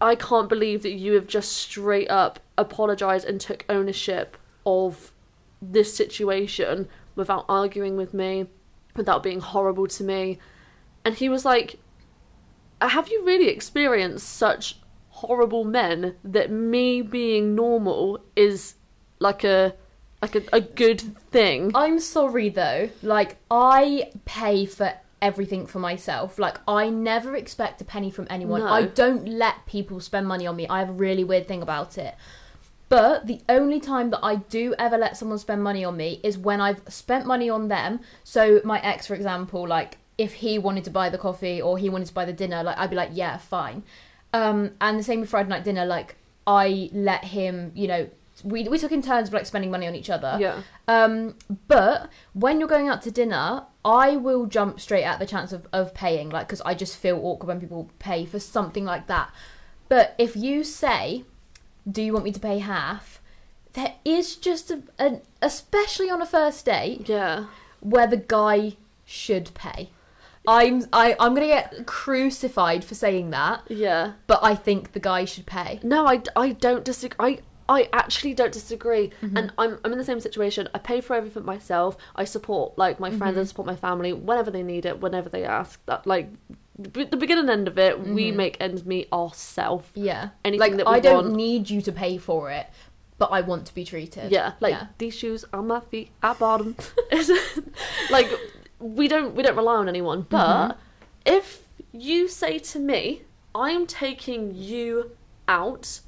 I can't believe that you have just straight up apologized and took ownership of this situation without arguing with me, without being horrible to me. And he was like, Have you really experienced such horrible men that me being normal is like a like a, a good thing?
I'm sorry though. Like I pay for everything for myself. Like I never expect a penny from anyone.
No.
I don't let people spend money on me. I have a really weird thing about it. But the only time that I do ever let someone spend money on me is when I've spent money on them. So my ex, for example, like if he wanted to buy the coffee or he wanted to buy the dinner, like I'd be like, yeah, fine. Um, and the same with Friday night dinner. Like I let him, you know, we we took in turns of like spending money on each other.
Yeah.
Um, but when you're going out to dinner, I will jump straight at the chance of, of paying, like, because I just feel awkward when people pay for something like that. But if you say, Do you want me to pay half? There is just a, an, especially on a first date,
Yeah.
where the guy should pay. I'm I, I'm gonna get crucified for saying that,
Yeah.
but I think the guy should pay.
No, I, I don't disagree. I, I actually don't disagree. And I'm, I'm in the same situation. I pay for everything myself. I support, like, my friends and support my family whenever they need it, whenever they ask. That, like, b- the beginning and end of it, we make ends meet ourselves.
Yeah,
Anything
like
that we
I don't
want.
need you to pay for it, but I want to be treated.
Yeah, like these shoes on my feet, I bought them. *laughs* like we don't we don't rely on anyone, but if you say to me, "I'm taking you out,"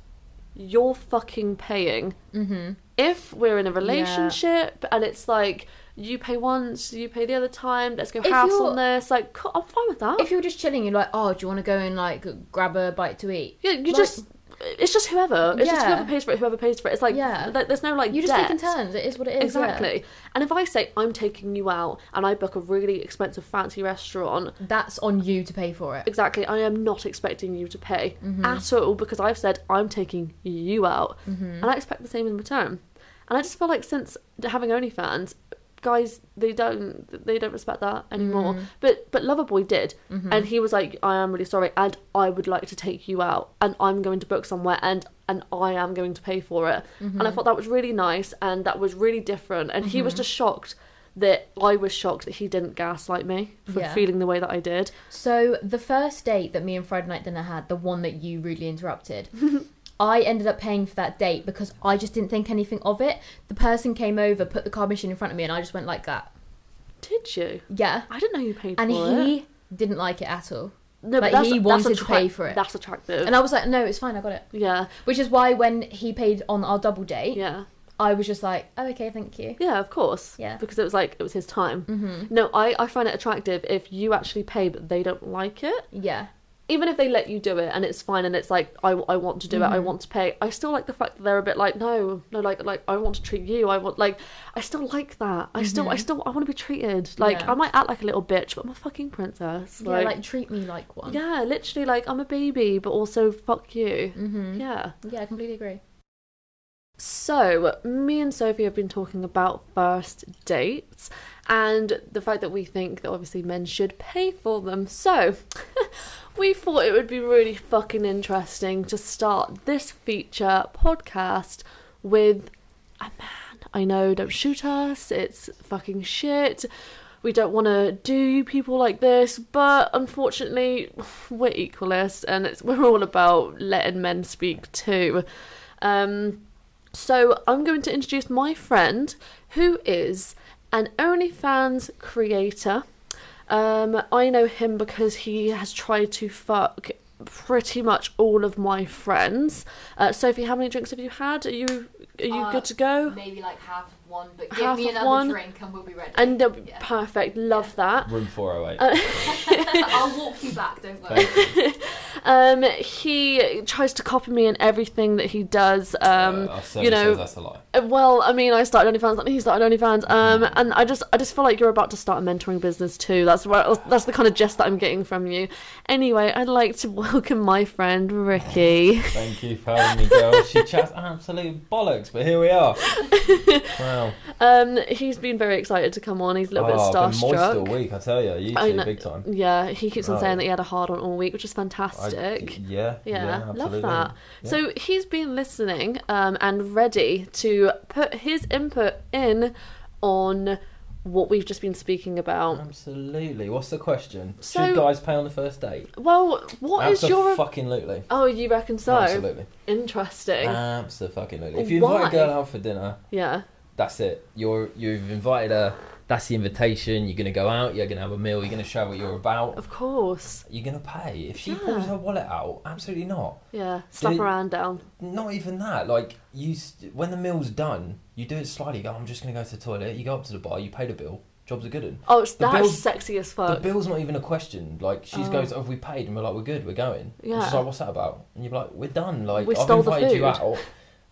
you're fucking paying.
hmm
If we're in a relationship and it's like you pay once, you pay the other time, let's go
If
house
you're-
on this, like co- I'm fine with that.
If you're just chilling, you're like, oh, do you want to go and like grab a bite to eat?
yeah, you
like-
just. It's just whoever. It's just
Yeah.
whoever pays for it. Whoever pays for it. It's like
Yeah.
like, there's no like
You're just
debt.
taking turns. It is what it is. yeah.
Exactly. And if I say I'm taking you out and I book a really expensive fancy restaurant,
That's on you to pay for it.
exactly, I am not expecting you to pay
Mm-hmm.
at all because I've said I'm taking you out
Mm-hmm.
and I expect the same in return. And I just feel like since having OnlyFans, guys they don't they don't respect that anymore.
Mm.
But but Loverboy did,
Mm-hmm.
and he was like, I am really sorry, and I would like to take you out, and I'm going to book somewhere, and and I am going to pay for it.
Mm-hmm.
And I thought that was really nice, and that was really different. And he was just shocked that I was shocked that he didn't gaslight me for
Yeah.
feeling the way that I did.
So the first date that me and Friday Night Dinner had, the one that you rudely
*laughs*
interrupted, I ended up paying for that date because I just didn't think anything of it. The person came over, put the card machine in front of me, and I just went like that.
Did you?
Yeah.
I didn't know you paid
And
for it.
he didn't like it at all.
No,
like, he wanted to pay for it.
That's attractive.
And I was like, no, it's fine, I got it.
yeah,
Which is why when he paid on our double date,
yeah,
I was just like, oh, okay, thank you.
yeah. Of course.
Yeah.
Because it was like it was his time.
Mhm.
No, I I find it attractive if you actually pay but they don't like it.
Yeah.
Even if they let you do it and it's fine and it's like I, I want to do it, I
Mm-hmm.
want to pay. I still like the fact that they're a bit like no, no, like like I want to treat you. I want like I still like that. I still I still I want to be treated. Like
Mm-hmm. Yeah.
I might act like a little bitch, but I'm a fucking princess.
Yeah, like, treat me like one.
yeah, literally like I'm a baby, but also fuck you.
Mm-hmm.
Yeah.
yeah, I completely agree.
So, me and Sophie have been talking about first dates and the fact that we think that obviously men should pay for them. So, *laughs* we thought it would be really fucking interesting to start this feature podcast with a man. I know, don't shoot us, it's fucking shit. We don't want to do you people like this, but unfortunately, we're equalists and it's, we're all about letting men speak too. Um, so I'm going to introduce my friend, who is an OnlyFans creator. Um, I know him because he has tried to fuck pretty much all of my friends. Uh, Sophie, how many drinks have you had? Are you are you
Uh,
good to go?
Maybe like half of one, but give
Half
me
of
another
one.
drink and we'll be ready.
*laughs*
And uh,
Yeah.
perfect, love that.
Room 408.
*laughs*
Uh,
I'll walk you back, don't worry.
Thank you.
Um, he tries to copy me in everything that he does. Um,
Uh, our service
you know,
says that's a lie.
Uh, Well, I mean, I started OnlyFans, and he started OnlyFans, um, and I just, I just feel like you're about to start a mentoring business too. That's where, that's the kind of gist that I'm getting from you. Anyway, I'd like to *laughs* welcome my friend Ricky.
Thank you for having me, girl. She chats absolute bollocks, but here we
*laughs*
are. Wow.
Um, he's been very excited to come on. He's a little
oh,
bit
I've been moist all
starstruck.
week, I tell you. You
I
two,
know.
big time.
Yeah, he keeps on
Oh.
saying that he had a hard on all week, which is
I-
fantastic.
yeah, yeah,
yeah, love
absolutely.
that.
Yeah.
So he's been listening um, and ready to put his input in on what we've just been speaking about.
Absolutely. What's the question?
So-
Should guys pay on the first date?
Well, what is your
fucking lutely.
Oh, you reckon so?
Absolutely.
Interesting.
Absolutely. If you invite
Why?
a girl out for dinner,
yeah.
that's it. You're you've invited her. That's the invitation. You're gonna go out. You're gonna have a meal. You're gonna show what you're about.
Of course.
You're gonna pay. If she
Yeah.
pulls her wallet out, absolutely not.
Yeah. Slap
Did-
her hand down.
Not even that. Like you, st- when the meal's done, you do it slightly. You go, I'm just gonna go to the toilet. You go up to the bar. You pay the bill. Jobs are good. Un.
Oh, it's
The
that's
bill-
sexy as
The
fuck.
bill's not even a question. Like she
Oh.
goes, "Oh, we paid," and we're like, "We're good. We're going."
Yeah.
Yeah. She's like, "What's that about?" And you're like, "We're done. Like
We
I've
stole the
invited you
food.
out."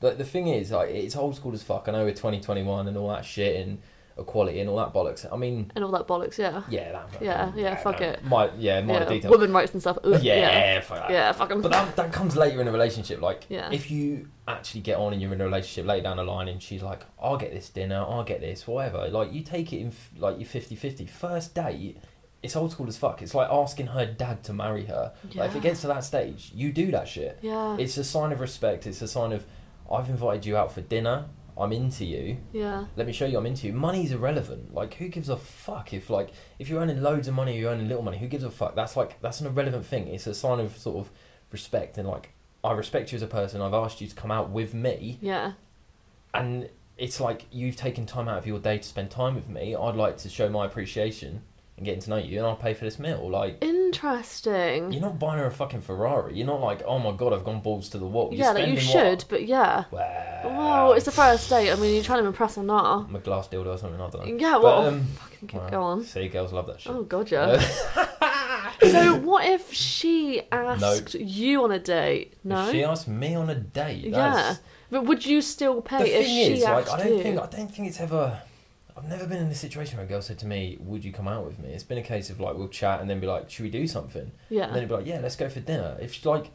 The, the thing is, like, it's old school as fuck. I know we're 2021 and all that shit and equality and all that bollocks. I mean,
and all that bollocks, yeah.
yeah, that.
Yeah, yeah, fuck
that-
it.
My, yeah, my
yeah.
details.
Women rights and stuff. Ugh,
yeah,
Yeah.
fuck that.
Yeah, fuck 'em.
But that, that comes later in a relationship. Like,
Yeah.
if you actually get on and you're in a relationship later down the line and she's like, I'll get this dinner, I'll get this, whatever. Like, you take it in, f- like, you're 50 50. First date it's old school as fuck. It's like asking her dad to marry her. Like, if it gets to that stage, you do that shit.
yeah,
It's a sign of respect. It's a sign of, I've invited you out for dinner. I'm into you.
yeah,
Let me show you I'm into you. Money's irrelevant. Like, who gives a fuck if like if you're earning loads of money, or you're earning little money. Who gives a fuck? That's like that's an irrelevant thing. It's a sign of sort of respect and like I respect you as a person. I've asked you to come out with me,
yeah,
and it's like you've taken time out of your day to spend time with me. I'd like to show my appreciation and getting to know you, and I'll pay for this meal. Like.
interesting.
You're not buying her a fucking Ferrari. You're not like, oh my god, I've gone balls to the wall. You're
yeah, like you
spending
should, but yeah.
What? Well,
Well, it's the first date. I mean, you're trying to impress or not.
I'm a glass dildo or something. I don't know.
Yeah,
But,
well,
um,
fucking go-
wow.
go on.
See, girls love that shit. Uh,
Oh god, yeah. *laughs* so what if she asked you on a date? No,
*laughs* She asked me on a date.
yeah.
That's...
But would you still pay
The
if
thing
she
is, like,
asked
I don't
you?
think I don't think it's ever. I've never been in a situation where a girl said to me, "Would you come out with me?" It's been a case of like we'll chat and then be like, "Should we do something?" And
yeah.
then it'd be like, "Yeah, let's go for dinner." If she, like,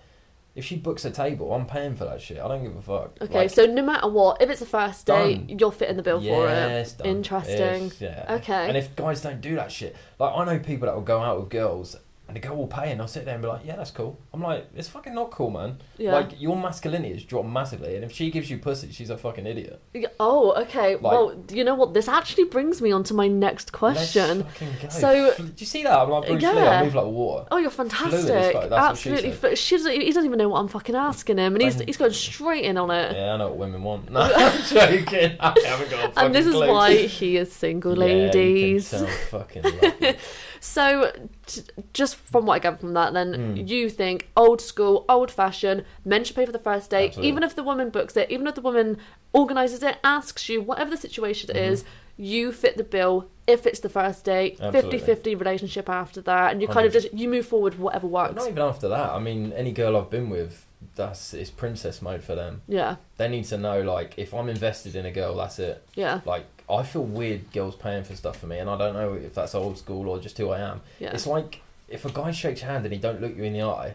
if she books a table, I'm paying for that shit. I don't give a fuck.
Okay,
Like,
so no matter what, if it's a first date,
Done.
you're fitting the bill for it.
Yes, done.
Interesting.
Yes, yeah.
Okay.
And if guys don't do that shit, like I know people that will go out with girls and the girl will pay and I'll sit there and be like, yeah, that's cool. I'm like, it's fucking not cool, man.
Yeah.
Like your masculinity has dropped massively, and if she gives you pussy, she's a fucking idiot.
Yeah, Oh, okay.
Like-
well, you know what? This actually brings me on to my next question.
Let's fucking go.
So-
Fl- do you see that? I'm like Bruce Lee.
Yeah.
I move like water.
Oh, you're
as
fantastic!
fuck, that's what she
Absolutely,
said.
fl- she doesn't, he doesn't even know what I'm fucking asking him, and he's
Bang.
he's going straight in on it.
Yeah, I know what
*laughs*
women want. No, I'm joking. I haven't got a fucking
And this is
clue.
why he is single,
Yeah, you can
ladies. *laughs*
tell I'm fucking lucky.
So, t- just from what I gather from that, then
Mm.
you think old school, old fashioned, men should pay for the first date,
Absolutely.
even if the woman books it, even if the woman organises it, asks you, whatever the situation
Mhm.
is, you fit the bill if it's the first date, 50
Absolutely.
50 relationship after that, and you kind of just you move forward whatever
But
works.
not even after that. I mean, any girl I've been with, that's it's princess mode for them.
Yeah,
They need to know like if I'm invested in a girl, that's it.
yeah,
Like I feel weird girls paying for stuff for me, and I don't know if that's old school or just who I am.
yeah.
It's like if a guy shakes your hand and he don't look you in the eye,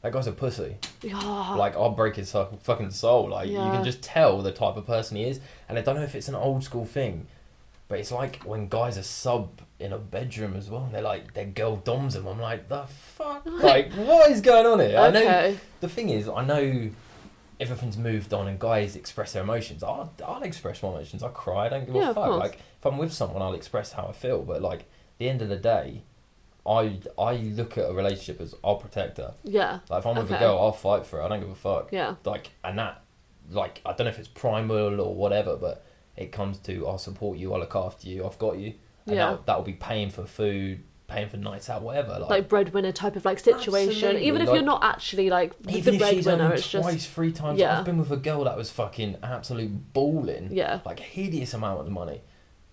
that guy's a pussy.
Yeah.
Like I'll break his fu- fucking soul. Like you
Oh. Yeah.
can just tell the type of person he is, and I don't know if it's an old school thing. But it's like when guys are sub in a bedroom as well, and they're like, their girl doms them. I'm like, the
*laughs*
fuck? Like, what is going on here? I know
okay.
the thing is, I know everything's moved on and guys express their emotions. I'll, I'll express my emotions. I cry. I don't give
Yeah,
a
of
fuck.
course.
Like if I'm with someone, I'll express how I feel. But like at the end of the day, I I look at a relationship as I'll protect her.
Yeah,
Like if I'm with a
Okay.
girl, I'll fight for her. I don't give a fuck.
yeah,
Like and that, like I don't know if it's primal or whatever, but it comes to I'll support you. I'll look after you. I've got you. And
Yeah.
That will be paying for food, paying for nights out, whatever. Like,
like breadwinner type of like situation.
Absolutely,
Even if
like-
you're not actually like
even
the
if she's
breadwinner,
only
it's
twice,
just
three times.
Yeah.
I've been with a girl that was fucking absolute balling,
yeah,
like hideous amount of money,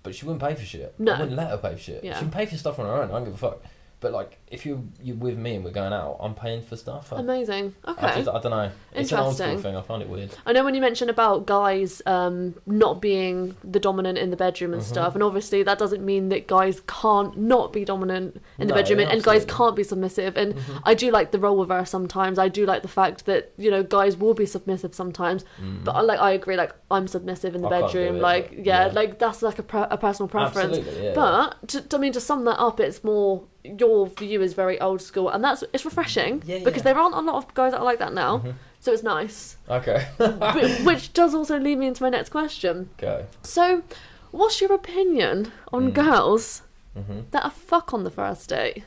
but she wouldn't pay for shit.
No.
I wouldn't let her pay for shit.
Yeah.
She can pay for stuff on her own. I don't give a fuck. But like, if you you're with me and we're going out, I'm paying for stuff. I,
amazing. Okay.
I, just, I don't know. It's an old school
Interesting.
thing. I find it weird.
I know when you mentioned about guys um, not being the dominant in the bedroom and
Mhm.
stuff, and obviously that doesn't mean that guys can't not be dominant in the
No,
bedroom and, and guys
absolutely.
can't be submissive. And
Mhm.
I do like the role reverse sometimes. I do like the fact that you know guys will be submissive sometimes,
Mm.
but I, like I agree, like I'm submissive in the
I can't do
bedroom.
it,
like
but-
yeah,
yeah.
like that's like a, pre- a personal preference.
Absolutely, yeah.
But to, to- I mean, to sum that up, it's more your view is very old school, and that's it's refreshing
Yeah,
because
yeah.
there aren't a lot of guys that are like that now,
Mhm.
so it's
*laughs*
nice.
okay,
But, which does also lead me into my next question.
go.
So, what's your opinion on
Mm.
girls
hmm
that are fuck on the first date?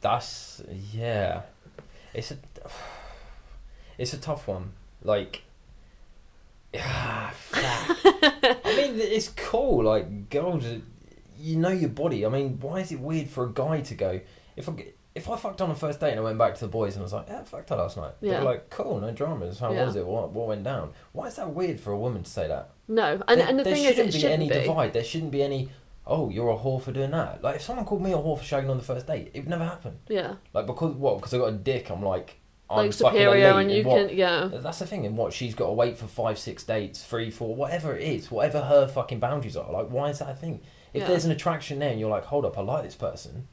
That's yeah. It's a it's a tough one. Like *sighs* ah, fuck. I mean, it's cool. Like girls, you know your body. I mean, why is it weird for a guy to go if I if I fucked on a first date and I went back to the boys and was like, yeah, I fucked her last night. They'd be
Yeah.
like, cool, no dramas. How
Yeah.
was it? What what went down? Why is that weird for a woman to say that?
No, and,
there,
and the
there
thing is,
shouldn't
it
be
shouldn't
any
be.
divide. There shouldn't be any. Oh, you're a whore for doing that. Like if someone called me a whore for shagging on the first date, it would never happen.
Yeah,
Like because what? Because I got a dick. I'm like, I'm
like
fucking
superior,
elite
and you
what?
can yeah,
That's the thing. And what she's got to wait for five, six dates, three, four, whatever it is, whatever her fucking boundaries are. Like, why is that a thing? If
Yeah.
there's an attraction there, and you're like, hold up, I like this person.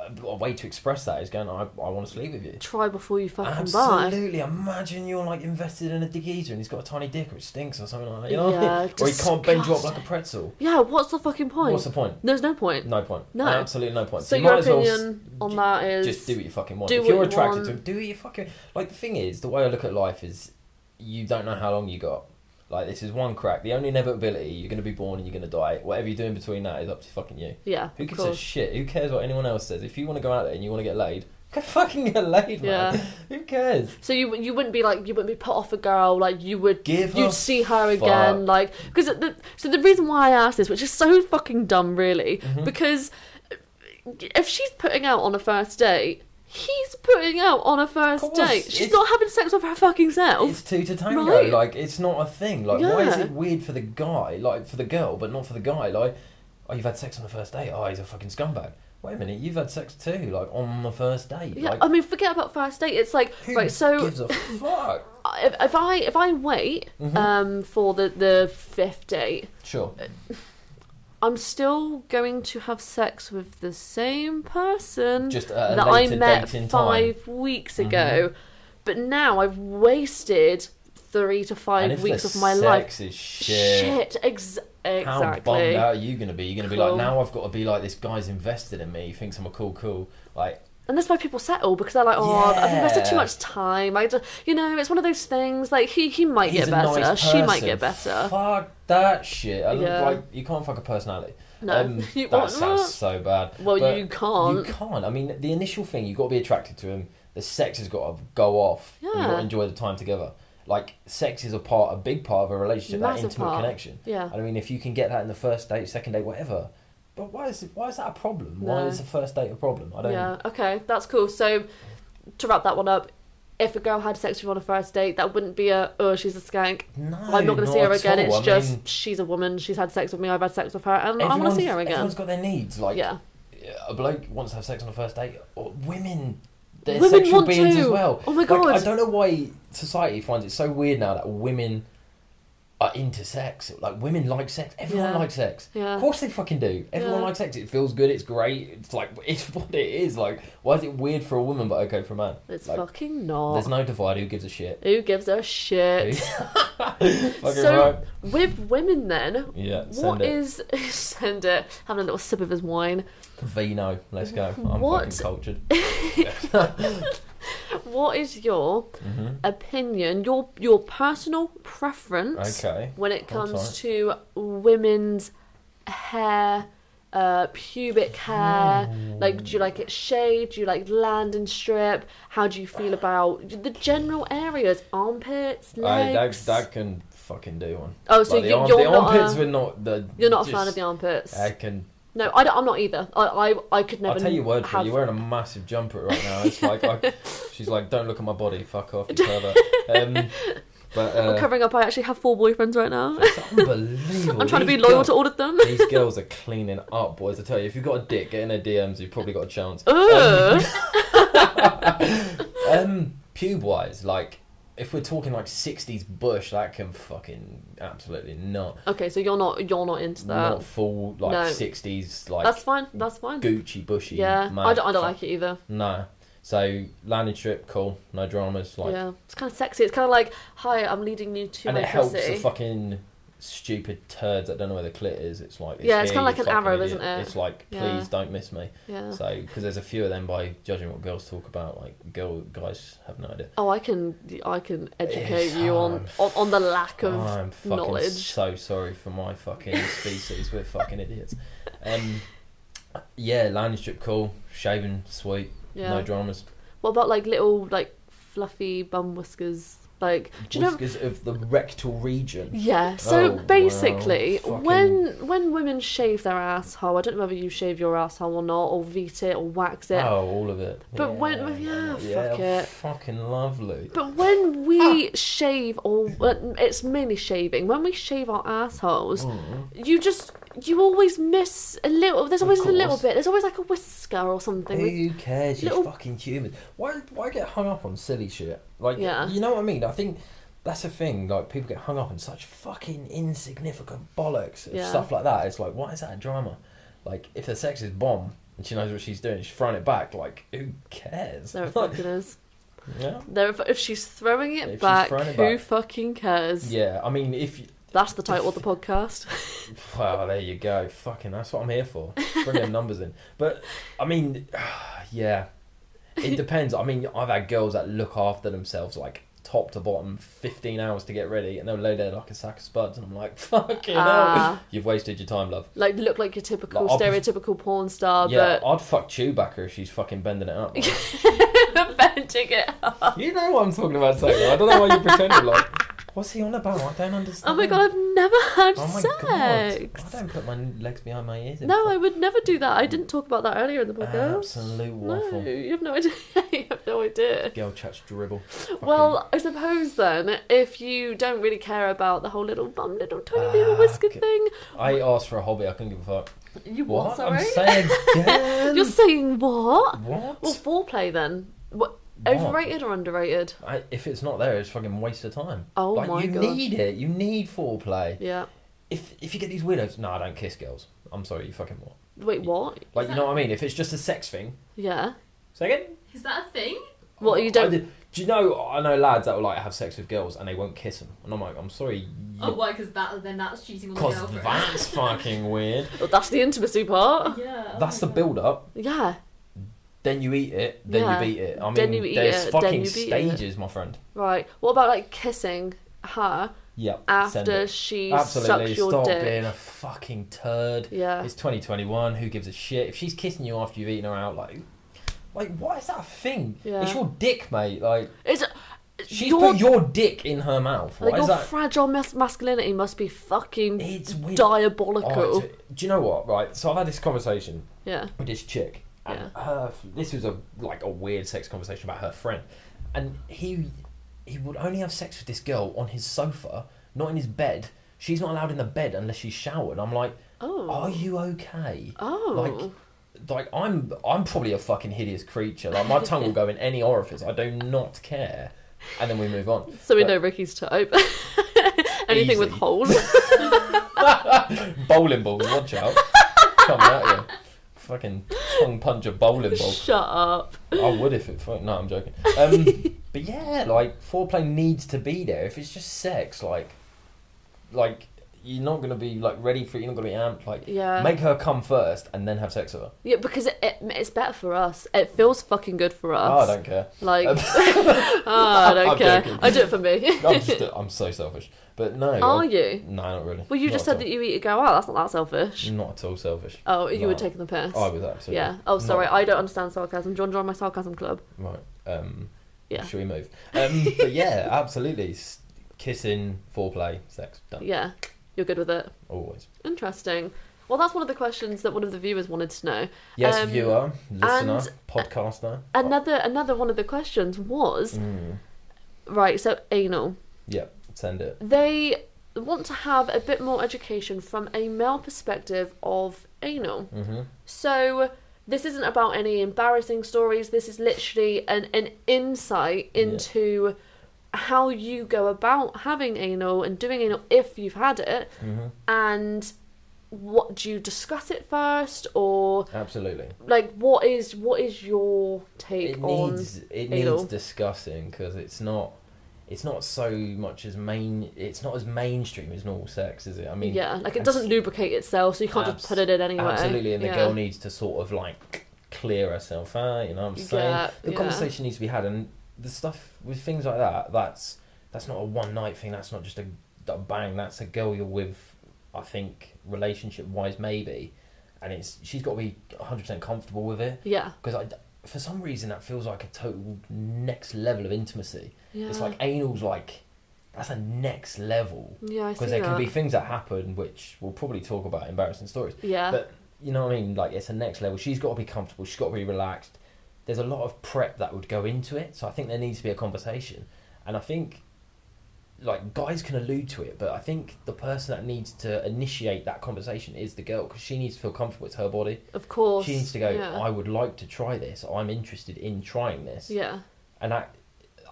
a, a way to express that is going, I, I want to sleep with you.
Try before you fucking buy.
Absolutely. Imagine you're like invested in a dig eater and he's got a tiny dick which stinks or something like that. You know? what I mean?
Yeah,
*laughs* or he can't bend you up like a
disgusting.
pretzel.
Yeah, what's the fucking point?
What's the point?
There's no point.
No point.
No.
Absolutely no point.
So
you
your
might as well s-
opinion on that is
just do what you fucking want.
do
if
what
you're
you
attracted
want.
to him, do what you fucking like. The thing is, the way I look at life is, you don't know how long you got. Like this is one crack. The only inevitability you're going to be born and you're going to die. Whatever you do in between that is up to fucking you.
yeah,
Who
of
gives a
course.
shit? Who cares what anyone else says? If you want to go out there and you want to get laid, go *laughs* fucking get laid, man.
Yeah.
Who cares?
So you you wouldn't be like you wouldn't be put off a girl like you would
Give a
you'd see her
fuck.
again like because the, so the reason why I asked this which is so fucking dumb really
Mhm.
because if she's putting out on a first date he's putting out on a first
course,
date she's
it's-
not having sex with her fucking self
It's two to tango.
Oh, Right.
Like it's not a thing. Like why is
Yeah.
it weird for the guy? Like for the girl, but not for the guy. Like oh, you've had sex on the first date. Oh, he's a fucking scumbag. Wait a minute, you've had sex too. Like on the first date.
yeah
like,
I mean forget about first date it's like
who
right so *laughs*
gives a fuck?
I- if, if I if I wait
Mhm.
um for the the fifth date
Sure.
uh, I'm still going to have sex with the same person
Just at a
that I
later
met
date in time. Mm-hmm.
five weeks ago, but now I've wasted three to
And
five
if
weeks
the
of my
sex
life.
Is shit.
ex-
How bummed
exactly.
out are you going to be? You're going to be
Cool.
like, now I've got to be like this guy's invested in me. He thinks I'm a cool, cool. Like,
And that's why people settle because they're like, oh, I've invested too
Yeah.
much time. I, just, you know, it's one of those things. Like he, he might
he's
get
a
better,
nice
she might
person.
get better.
Fuck that shit. I look
Yeah.
like you can't fuck a personality.
No,
um,
*laughs* you
that
won't.
sounds so bad.
well,
But
you can't.
You can't. I mean, the initial thing you've got to be attracted to him. The sex has got to go off. and You've got
Yeah.
to enjoy the time together. Like sex is a part, a big part of a relationship,
Massive
that intimate
part.
connection.
Yeah.
And I mean, if you can get that in the first date, second date, whatever. But why is why is that a problem? Why
No.
is the first date a problem? I don't.
Yeah. Okay, that's cool. So, to wrap that one up, if a girl had sex with you on a first date, that wouldn't be a oh she's a skank.
No,
I'm not going to see her
at
again.
all.
It's
I
just
mean,
she's a woman. She's had sex with me. I've had sex with her, and I want
everyone's-
to see her again.
Everyone's got their needs. Like
yeah,
a bloke wants to have sex on the first date. Or women, they're
Women
sexual
want
beings as
to.
well.
Oh my
Like,
God.
I don't know why society finds it so weird now that women are into sex. Like women like sex. Everyone
Yeah.
likes sex.
yeah.
Of course they fucking do. Everyone
Yeah.
likes sex. It feels good. It's great. It's like *laughs* it's what it is. Like why is it weird for a woman but okay for a man?
It's
like,
fucking not.
There's no divide. Who gives
*laughs*
a shit?
Who gives a
Who- *laughs*
shit?
fucking
So-
right.
with women, then,
Yeah.
what
Send it.
is *laughs* send it? Having a little sip of his wine.
Vino. Let's go.
*laughs*
I'm
What-
fucking
*laughs*
cultured.
What is your
hmm
opinion? Your your personal preference
Okay.
when it
Hold
comes
tight.
to women's hair, uh, pubic hair.
Mm.
Like, do you like it shaved? Do you like land and strip? How do you feel about the general areas? Armpits,
I, that,
legs.
Uh, that can fucking do one.
oh, so
Like,
you,
the, arm-
you're,
the
not
armpits
a,
were not the.
you're not a fan
just-
of the armpits.
I can.
no, I don't, I'm not either. I, I, I could never.
I'll tell you word for it,
have,
You're wearing a massive jumper right now. It's
*laughs*
like I, she's like, don't look at my body. Fuck off, you pervert. Um, but
I'm
uh,
covering up. I actually have four boyfriends right now. *laughs*
it's unbelievable.
I'm trying to be
These
loyal
girls-
to all of
*laughs*
them.
These girls are cleaning up, boys. I tell you, if you've got a dick, get in their DMs. You've probably got a chance.
Ugh.
Um, pube wise, like if we're talking like '60s bush, that can fucking absolutely not.
okay, so you're not you're not into that.
Not full like
No.
'60s like
that's fine. That's fine.
Gucci bushy.
yeah,
man.
I don't, I don't like it either.
No. So landing strip, cool, no dramas, like,
yeah, it's kind of sexy. It's kind of like, hi, I'm leading you to
and
my
it helps
pussy.
the fucking stupid turds that don't know where the clit is. It's like
Yeah, it's
here,
kinda
you
like an
fucking
arrow,
idiot.
isn't it?
It's like please
Yeah.
don't miss me.
yeah.
So because there's a few of them by judging what girls talk about, like girl guys have no idea.
Oh, I can, I can educate
Yes,
you on,
I'm
on on the lack of
I'm fucking
knowledge.
so sorry for my
*laughs*
fucking species. We're fucking idiots. Um, yeah, landing strip, cool, shaving, sweet,
Yeah.
no dramas.
What about like little like fluffy bum whiskers? Like, do you know?
Whiskers of the rectal region.
Yeah. So
Oh, wow,
basically,
fucking-
when when women shave their asshole, I don't know whether you shave your asshole or not, or veet it or wax it.
Oh, all of it.
But when- yeah, fuck it.
Fucking lovely.
But when
Ah.
we shave, or uh, it's mainly shaving, when we shave our assholes,
Mm.
you just you always miss a little. There's
Of
always a little
course.
bit. There's always like a whisker or something.
Who cares? You're
Little-
fucking human. Why? Why get hung up on silly shit? Like,
Yeah.
you know what I mean? I think that's the thing. Like, people get hung up on such fucking insignificant bollocks and
Yeah.
stuff like that. It's like, why is that a drama? Like, if the sex is bomb, and she knows what she's doing. She's throwing it back. Like who cares?
There it
*laughs* Like,
fucking is.
yeah.
There, it fu- if she's throwing it
If she's
back,
throwing it
who
back.
fucking cares?
Yeah. I mean, if you,
That's the title of the podcast.
well, there you go. Fucking, that's what I'm here for.
*laughs*
Bring them numbers in. But I mean, *sighs* yeah,
*laughs*
it depends. I mean, I've had girls that look after themselves like top to bottom, 15 hours to get ready, and they'll lay there like a sack of spuds, and I'm like, *laughs* *laughs* fucking hell,
Ah.
you've wasted your time, love.
Like, look like your typical
Like, I'll be-
stereotypical porn star,
yeah, I'd fuck Chewbacca if she's fucking bending it
*laughs*
up. like.
but bending it up.
you know what I'm talking about, Taylor. I don't know why you're pretending like. What's he on about? I
*laughs*
don't
Oh
understand.
my god, I've never had
Oh my
sex.
god! I don't put my legs behind my ears. and
No, I
fuck-
would never do that. I didn't talk about that earlier in the podcast.
Absolute
No,
waffle.
you have no idea. *laughs* you have no idea.
Girl chats dribble.
Well, I suppose then, if you don't really care about the whole little bum, little tiny little
Ah,
whisker
g-
thing,
Fucking- I asked for a hobby. I couldn't give a fuck.
you
What?
what?
I'm
Sorry, *laughs*
saying again.
you're saying what?
What?
Well, foreplay then. What?
What?
Overrated or underrated?
I, if it's not there, it's fucking waste of time.
Oh
like,
my
you
God.
need it. You need foreplay.
Yeah.
If if you get these weirdos, no, I don't kiss girls. I'm sorry, you fucking what?
Wait, what?
Like,
Is
you know what I mean? If it's just a sex thing,
Yeah.
second.
Is that a thing?
What, you don't-
do you know? I know lads that will like have sex with girls and they won't kiss them, and I'm like, I'm sorry.
Oh, why? Because that then that's cheating on the
Because
girlfriend.
*laughs*
that's fucking weird.
Well, Oh, that's the intimacy part.
*laughs* yeah. oh
That's the
my
build up.
Yeah.
Then you eat it. Then
Yeah.
you beat it. I mean,
Then you eat
there's
it, then
fucking
you beat it.
stages, my friend.
Right. What about like kissing her
Yep. send
after
it.
she
Absolutely,
sucks your
stop
dick?
being a fucking turd.
Yeah.
It's 2021. Who gives a shit? If she's kissing you after you've eaten her out, like, like what is that a thing?
Yeah.
It's your dick, mate. Like,
It's
she's
your,
put your dick in her mouth. What
like,
is
your
that?
fragile mas- masculinity must be fucking
It's weird.
diabolical.
Oh, it's- do you know what? Right. So I've had this conversation
yeah.
with this chick, and her, this was a like a weird sex conversation about her friend, and he he would only have sex with this girl on his sofa, not in his bed. She's not allowed in the bed unless she's showered. I'm like,
Oh.
are you okay?
Oh.
Like, like I'm, I'm probably a fucking hideous creature. Like my tongue will go in any orifice. I do not care. And then we move on.
So we
But
know Ricky's type. *laughs* Anything with
Easy. *laughs*
holes.
bowling balls. Watch out! Come out here, fucking tongue punch a bowling
*laughs*
ball.
Shut up.
I would if it. Fu- no, I'm joking.
*laughs*
Um, but yeah, like foreplay needs to be there. If it's just sex, like, like you're not gonna be like ready for it. You're not gonna be amped. Like,
Yeah.
make her come first and then have sex with her.
Yeah, because it, it, it's better for us. It feels fucking good for
Oh, I
us.
don't care.
*laughs*
*laughs*
like,
Um,
ah, I don't
I'm
care.
joking.
I do it for me.
I'm just, *laughs* I'm so selfish. But no.
*laughs* Are
I-
you?
No, not really.
Well, you
Not
just
at
said that you eat a go out. That's not that selfish.
all. Not at all selfish.
Oh, you were
No.
taking the piss.
I was absolutely.
yeah. Oh, sorry.
not-
I don't understand sarcasm. John, join my sarcasm club.
Right. Um,
Yeah.
Should we move? Um,
*laughs*
but yeah, absolutely. S- Kissing, foreplay, sex, done.
Yeah. You're good with it.
Always.
Interesting. Well, that's one of the questions that one of the viewers wanted to know.
Yes,
Um,
viewer, listener,
and-
podcaster.
Another another one of the questions was
Oh. Mm.
right. So anal.
Yep, send it.
they want to have a bit more education from a male perspective of anal.
Mm-hmm.
So this isn't about any embarrassing stories. This is literally an an insight
Yeah.
into how you go about having anal and doing anal if you've had it,
Mm-hmm.
and what do you discuss it first, or
Absolutely.
like what is what is your take
It
on?
needs it
anal.
needs discussing because it's not it's not so much as main it's not as mainstream as normal sex, is it? I mean,
yeah, like it
and-
doesn't lubricate itself, so you can't
Abs-
just put it in anyway.
Absolutely, and the
yeah.
girl needs to sort of like clear herself out. You know what I'm saying?
Yeah,
the
yeah.
conversation needs to be had, and the stuff with things like that. That's that's not a one night thing. That's not just a, a bang. That's a girl you're with. I think relationship wise, maybe, and it's she's got to be 100 percent comfortable with it
Yeah,
because I. For some reason, that feels like a total next level of intimacy.
yeah.
It's like anal's like that's a next level
Yeah, I see
because there
that.
can be things that happen which we'll probably talk about embarrassing stories.
yeah,
But you know what I mean? Like it's a next level. She's got to be comfortable. She's got to be relaxed. There's a lot of prep that would go into it. So I think there needs to be a conversation. And I think like guys can allude to it, but I think the person that needs to initiate that conversation is the girl because she needs to feel comfortable. It's her body.
of course.
She needs to go.
Yeah.
I would like to try this. I'm interested in trying this.
yeah,
And that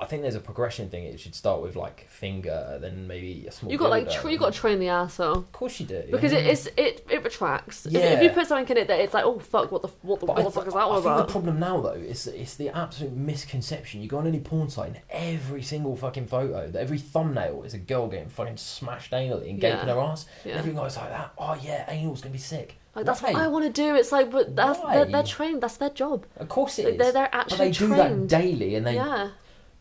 I think there's a progression thing. It should start with like finger, then maybe a small.
You got like
dildo.
tr you got to train the asshole
Of course you do.
because it
yeah.
is it it retracts. If- If,
Yeah.
you put something in it that it's like oh fuck what the what the,
But
what
I,
the fuck is that
I
all
think the
about?
problem now though is it's the absolute misconception. You go on any porn site and every single fucking photo, every thumbnail is a girl getting fucking smashed anally and gaping
Yeah.
her ass.
Yeah.
Every guy's like that. Oh yeah, anal's gonna be sick.
Like that's
Why?
what I want to do. It's like but that's they're,
Why?
they're trained. That's their job.
Of course it
Like,
is.
they're they're
but
actually
they do that
trained.
daily, and they.
yeah.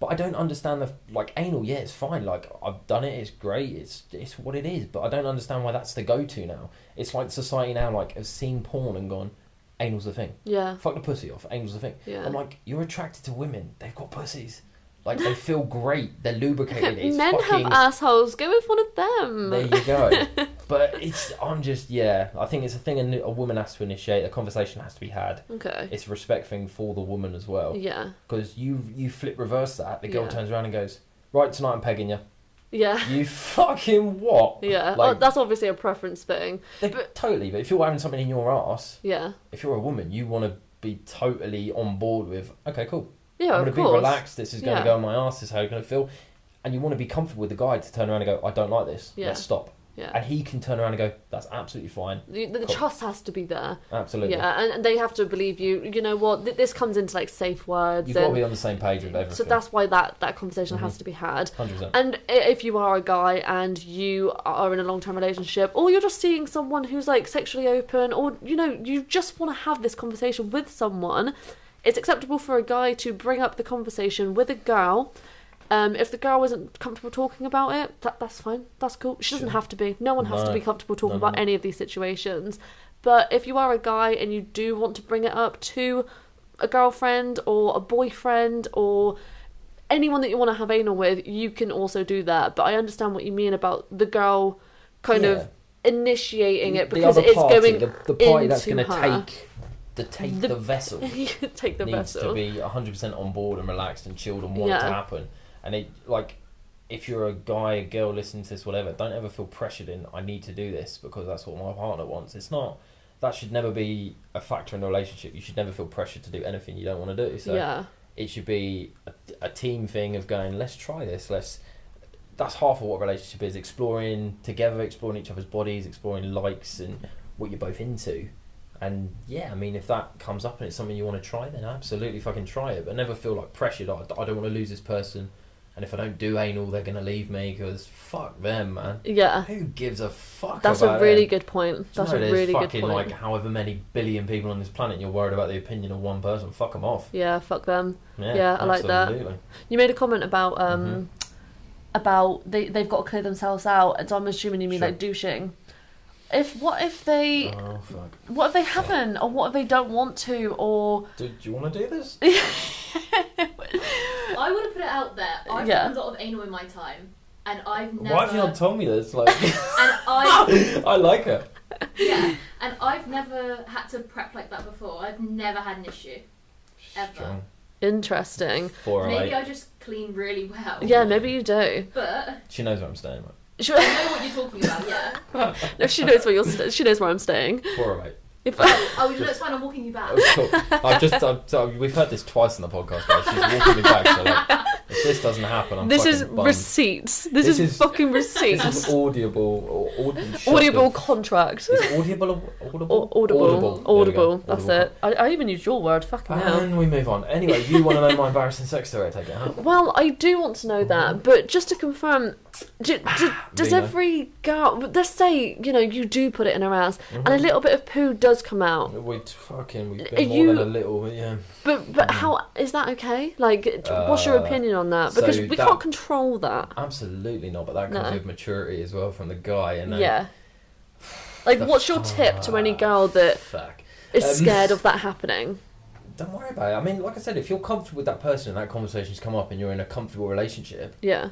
But I don't understand the like anal. Yeah, it's fine. Like I've done it. It's great. It's it's what it is. But I don't understand why that's the go-to now. It's like society now like has seen porn and gone, anal's the thing.
Yeah.
Fuck the pussy off. Anal's the thing.
Yeah.
I'm like, you're attracted to women. They've got pussies. Like they feel great.
*laughs*
They're lubricated. It's
Men
fucking.
have um. assholes. Go with one of them.
there you go.
*laughs*
but it's. I'm just. Yeah. I think it's a thing. A, new- a woman has to initiate. A conversation has to be had.
okay.
It's a respect thing for the woman as well.
Yeah.
Because you you flip reverse that, the girl
Yeah.
turns around and goes, "Right tonight, I'm pegging you." *laughs*
Yeah.
You fucking what?
Yeah.
Like,
oh, that's obviously a preference thing.
they- totally. But if you're having something in your ass,
Yeah.
if you're a woman, you want to be totally on board with. Okay, cool.
Yeah.
I'm
of
gonna be
course.
relaxed. This is gonna
Yeah.
go in my ass. This is how you're gonna feel. And you want to be comfortable with the guy to turn around and go, "I don't like this.
Yeah.
Let's stop."
Yeah.
And he can turn around and go, "That's absolutely fine.
The, the
Cool.
trust has to be there.
Absolutely."
Yeah, and, and they have to believe you. You know what? Th- this comes into like safe words.
You've got to
And,
be on the same page with everything.
so that's why that that conversation has
Mhm.
to be had.
hundred percent.
And i- if you are a guy and you are in a long term relationship, or you're just seeing someone who's like sexually open, or you know, you just want to have this conversation with someone, it's acceptable for a guy to bring up the conversation with a girl. Um, if the girl isn't comfortable talking about it, that, that's fine. That's cool. She doesn't
Sure.
have to be. No one has to
No.
be comfortable talking
No, no,
about
no.
any of these situations. But if you are a guy and you do want to bring it up to a girlfriend or a boyfriend or anyone that you want to have anal with, you can also do that. But I understand what you mean about the girl kind
Yeah.
of initiating it
The
because
other
it's
party,
going
the, the party that's
into
going
her.
to take the take
The-
the, vessel
you could *laughs* take the
needs
vessel.
to be 100% on board and relaxed and chilled and want it
Yeah.
to happen and it like if you're a guy a girl listening to this whatever don't ever feel pressured in i need to do this because that's what my partner wants it's not that should never be a factor in a relationship you should never feel pressured to do anything you don't want to do so
yeah,
it should be a, a team thing of going let's try this let's that's half of what a relationship is exploring together exploring each other's bodies exploring likes and what you're both into and yeah i mean if that comes up and it's something you want to try then absolutely fucking try it but never feel like pressured oh, i don't want to lose this person and if i don't do anal they're going to leave me because fuck them man
yeah.
who gives a fuck
That's a
about
really
them?
good point.
Do you
That's
know
a
there's
really good
fucking
point.
like however many billion people on this planet and you're worried about the opinion of one person fuck them off
yeah, fuck them.
yeah,
Yeah, I like that.
absolutely.
You made a comment about um
Mm-hmm.
about they they've got to clear themselves out, and so I'm assuming you mean
Sure.
like douching. If what if they
Oh fuck!
what if they haven't, or what if they don't want to, or
Do, do you want to do this?
*laughs*
I want to put it out there. I've
Yeah.
done a lot of anal in my time, and I've never.
Why have you not told me this? Like, *laughs*
and I
I like her.
yeah, and I've never had to prep like that before. I've never had an issue. Ever.
Strong.
interesting?
Four or
Maybe
eight.
I just clean really well.
Yeah, maybe you do.
But
She knows where I'm staying. Right?
She,
I know what you're talking about. Yeah.
*laughs*
no, she knows where you're. St- she knows where I'm staying.
Four or eight.
If
Oh no, it's fine. I'm walking you back.
Oh,
*laughs*
cool. I've just I've, so we've heard this twice in the podcast. Guys. She's walking me back. So like, if this doesn't happen, I'm
this
fucking
is
bummed.
receipts. This,
This
is,
is-
fucking
This is
receipts.
audible or *laughs* audible.
Audible
Of,
contract.
is it audible or audible?
Or audible. Audible.
Audible. There we go.
That's
Audible.
it. I, I even used your word. Fucking hell.
And we move on. Anyway, you want to know my embarrassing sex story? I take
*laughs*
it, huh?
Well, I do want to know that, but just to confirm, do, do, does
Vino.
every girl? Let's say you know you do put it in her ass, and a little bit of poo does come out.
We Mm-hmm. fucking we've
Are
been more
you-
than a little, but yeah.
But but how is that okay? Like, d- what's your
Mm. Uh,
opinion on that? Because
so
we
that-
can't control that.
Absolutely not. But that comes
No.
with maturity as well from the guy. And then
Yeah. Like,
The
what's your tip to any
fuck.
girl that
Fuck.
is
Um,
scared of that happening?
Don't worry about it. I mean, like I said, if you're comfortable with that person and that conversation's come up and you're in a comfortable relationship,
Yeah.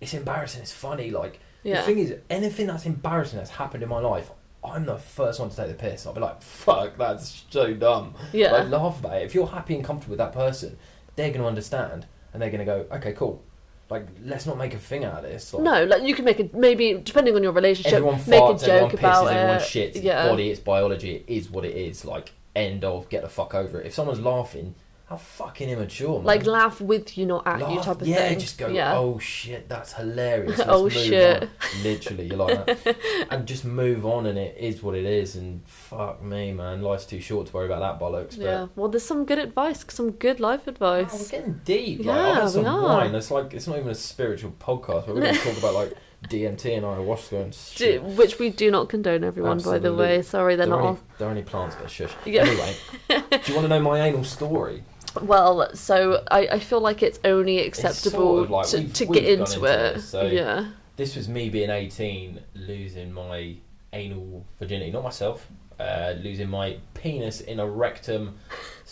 it's embarrassing. It's funny. Like,
Yeah.
the thing is, anything that's embarrassing that's happened in my life, I'm the first one to take the piss. I'll be like, fuck, that's so dumb.
Yeah.
Like, laugh about it. If you're happy and comfortable with that person, they're going to understand and they're going to go, okay, cool. Like, let's not make a thing out of this. Like,
No, like you can make a maybe depending on your relationship,
Everyone
make a
farts, everyone
joke
pisses,
about
everyone
it.
shits. It's
yeah,
body, it's biology, it is what it is. Like, end of, get the fuck over it. If someone's laughing, How fucking immature, man.
Like laugh with you, not at you,
Laugh-
type of
yeah,
thing.
just go,
Yeah.
oh shit, that's
*laughs*
hilarious. Let's
Oh,
move
shit.
On. Literally, you're
*laughs*
like that. and just move on, and it is what it is. And fuck me, man. Life's too short to worry about that bollocks. But
Yeah. Well, there's some good advice, some good life
Wow,
advice.
we're getting deep. Like,
Yeah,
I've
we
had some
are.
wine. It's like it's not even a spiritual podcast. But we're going to talk about like DMT and
*laughs*
ayahuasca and
Do,
shit.
which we do not condone, everyone. By the
Absolutely.
way, sorry, they're
they're,
not.
only, they're only plants, but shush.
Yeah.
Anyway, do you want to know my anal story?
all- Well, so I, I feel like it's only
sort
acceptable
of like
to,
we've-
to
we've
get
gone
into,
into
it.
this, so-
Yeah.
This was me being 18, losing my anal virginity. Not myself. Uh, losing my penis in a rectum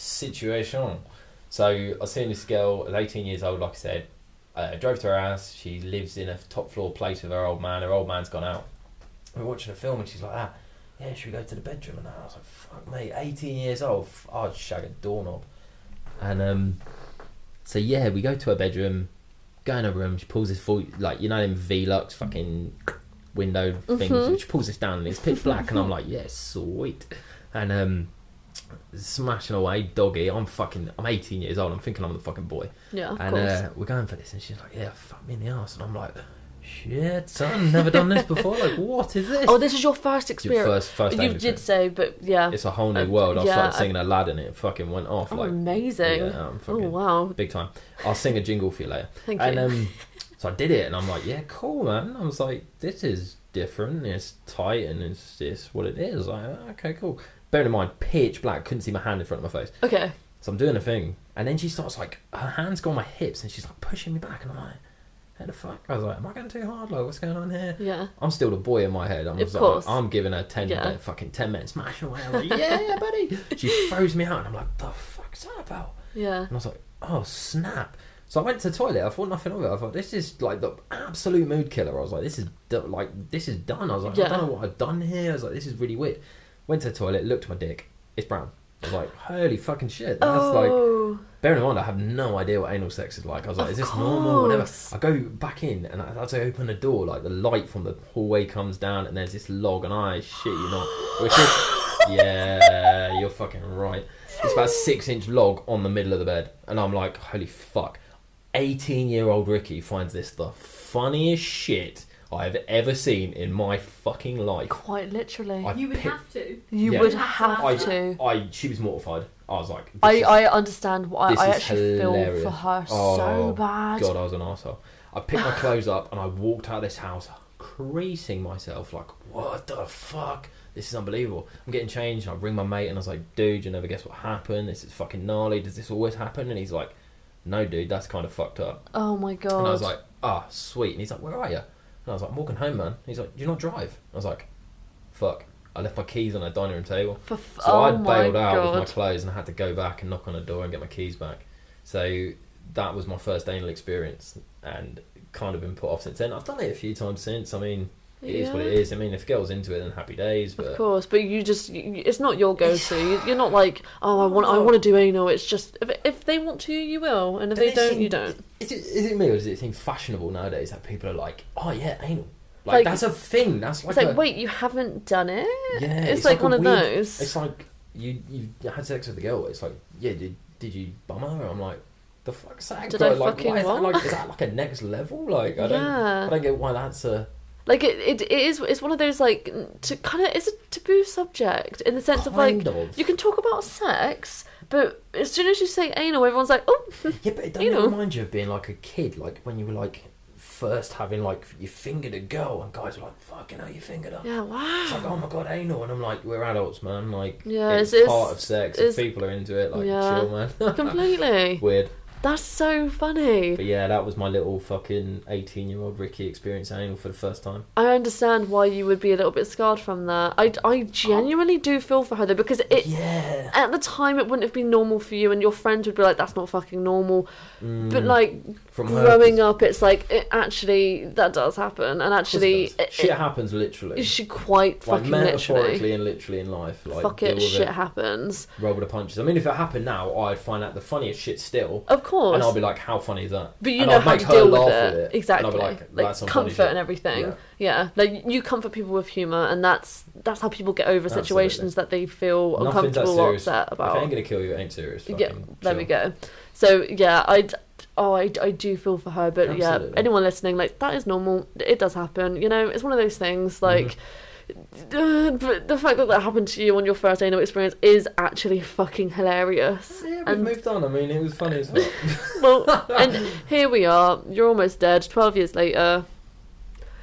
situation. So I seen this girl at 18 years old, like I said. Uh, drove to her house. She lives in a top floor place with her old man. Her old man's gone out. We We're watching a film and she's like, ah, yeah, should we go to the bedroom? And that? I was like, fuck me, 18 years old. f- I'd shag a doorknob. And um, so, yeah, we go to her bedroom, go in her room. She pulls this, full, like, you know, them Velux fucking window things.
Mhm.
She pulls this down and it's pitch black. and I'm like, yeah, sweet. And um, smashing away, doggy. I'm fucking, I'm 18 years old. I'm thinking I'm the fucking boy.
Yeah. Of
and
course.
uh, we're going for this, and she's like, "Yeah, fuck me in the ass," and I'm like, "Shit, son, never done this before. Like, what is this?"
oh, this is your first
Your
experience.
first, first
you
anal
did
experience.
say, but yeah.
It's a whole new
Uh,
world. I
yeah,
started
I-
singing Aladdin, it fucking went off.
Oh,
like
amazing.
Yeah, I'm
Oh
fucking
wow!
big time. I'll sing a jingle for you later.
Thank
and
you.
um, so I did it, and I'm like, "Yeah, cool, man." I was like, "This is different. It's tight, and it's it's what it is." Like, ah, okay, cool. Bearing in mind, pitch black, couldn't see my hand in front of my face.
okay.
So I'm doing a thing, and then she starts like her hands go on my hips, and she's like pushing me back, and I'm like, "How the fuck?" I was like, "Am I going too hard? Like, what's going on here?"
Yeah.
I'm still the boy in my head. I'm,
Of
just like,
course.
I'm giving her ten
Yeah.
minute, fucking ten minutes, smash away. I'm like, "Yeah, *laughs* buddy." She throws me out, and I'm like, "The fuck's that about?"
Yeah.
And I was like, "Oh snap!" So I went to the toilet. I thought nothing of it. I thought this is like the absolute mood killer. I was like, "This is do- like this is done." I was like,
Yeah.
"I don't know what I've done here." I was like, "This is really weird." Went to the toilet, looked at my dick. It's brown. I was like, "Holy fucking shit!" That's like.
oh.
Bearing in mind, I have no idea what anal sex is like. I was like,
Of
is this normal? Whatever.
course.
I go back in, and I- as I open the door, like the light from the hallway comes down, and there's this log, and I shit you not, which
*laughs*
is yeah, you're fucking right. It's about a six inch log on the middle of the bed, and I'm like, holy fuck. 18 year old Ricky finds this the funniest shit I have ever seen in my fucking life.
quite literally.
I
You would
pick-
have to.
you
yeah.
would have
I,
to.
I, she was mortified. I was like, this
I,
is
I understand why
this
I
is
actually
hilarious.
feel for her so
Oh,
bad.
God, I was an asshole. I picked my clothes up and I walked out of this house, creasing myself like, what the fuck? This is unbelievable. I'm getting changed and I ring my mate and I was like, dude, you never guess what happened. This is fucking gnarly. Does this always happen? And he's like, no, dude, that's kind of fucked up.
Oh my god.
And I was like, ah, sweet. And he's like, where are you? And I was like, I'm walking home, man. He's like, do you not drive? I was like, fuck. I left my keys on a dining room table.
For f-
So
oh
I
my
bailed out
god.
with my clothes and I had to go back and knock on a door and get my keys back. So that was my first anal experience and kind of been put off since then. I've done it a few times since. I mean, it is what it
Yeah.
is. I mean, if a girl's into it, then happy days.
Of
But
course, but you just—it's not your go-to. You- You're not like, oh, I want, I want to do anal. It's just if, if they want to, you will, and if
Do
they
they
don't,
seem-
you don't.
is it, is it me or does it seem fashionable nowadays that people are like, oh yeah, anal? Like,
Like-
that's a thing. That's like,
It's like,
a,
wait, you haven't done it?
Yeah,
it's,
it's
like,
like a
one of
weird-
those.
It's like you you had sex with the girl. It's like yeah, did did you bum her? I'm like, the fuck's that?
Did
got-
I
like,
fucking
why is that
what?
like is that like a next level? Like I don't
Yeah.
I don't get why that's a
Like it, it, it is. It's one of those like to kind of. It's a taboo subject in the sense of like
Kind of.
you can talk about sex, but as soon as you say anal, everyone's like, oh,
yeah, but it doesn't
You
it
know.
remind you of being like a kid, like when you were like first having like you fingered a girl and guys were like, fucking hell, you fingered her.
yeah,
It's *laughs* like
wow.
oh my god, anal, and I'm like, we're adults, man. Like
Yeah,
it's,
it's-
part of sex.
it's-
If people are into it, like
Yeah.
chill, man. *laughs*
Completely.
Weird.
That's so funny.
But yeah, that was my little fucking 18 year old Ricky experience anal for the first time.
I understand why you would be a little bit scarred from that. I, I genuinely do feel for her though because it
yeah.
at the time it wouldn't have been normal for you and your friends would be like that's not fucking normal. But
Mm,
like
from
growing
her,
up, it's like it actually that does happen and actually
Of course it does.
it-
shit
it-
happens literally.
she quite
like
fucking literally.
metaphorically and literally in life. Like
Fuck
deal
it,
with
shit
it,
happens.
roll with the punches. I mean, if it happened now, I'd find that the funniest shit still.
Of course.
And I'll be like, how funny is that?
But you
and
know
I'll
how
make
to
her
deal with
laugh
it.
with it,
Exactly.
and I'll be like, that's some funny
comfort
shit.
and everything. Yeah.
Yeah.
Like you comfort people with humour and that's that's how people get over
Absolutely.
situations that they feel
Nothing's that
uncomfortable or
serious.
upset
If it ain't
about.
gonna kill you, it ain't serious.
Yeah,
Fucking
there we
chill.
go. So yeah, I d- oh I, d- I do feel for her, but yeah,
Absolutely.
anyone listening, like that is normal. It does happen. You know, it's one of those things
Mm-hmm.
like *sighs* uh, but the fact that that happened to you on your first anal experience is actually fucking hilarious.
Yeah, we've
And-
moved on. I mean, it was
*laughs*
funny as well. *laughs*
Well, and here we are. You're almost dead. Twelve years later.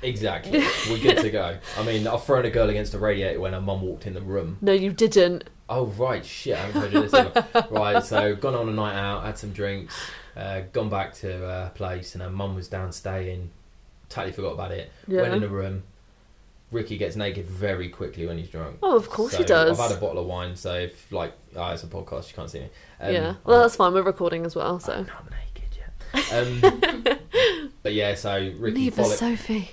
exactly. We're good to go. I mean, I've thrown a girl against a radiator when her mum walked in the room.
No, you didn't.
Oh right, shit! I haven't told you this. either. right, so gone on a night out, had some drinks, uh, gone back to uh, her place, and her mum was down staying. Totally forgot about it.
Yeah.
Went in the room. Ricky gets naked very quickly when he's drunk.
Oh, of course
So
he does.
I've had a bottle of wine, so if like, ah, it's a podcast, you can't see me.
yeah.
I'm
Well,
not-
that's fine. We're recording as well,
I'm
so.
not naked yet. Um,
*laughs*
but yeah, so Ricky followed.
Sophie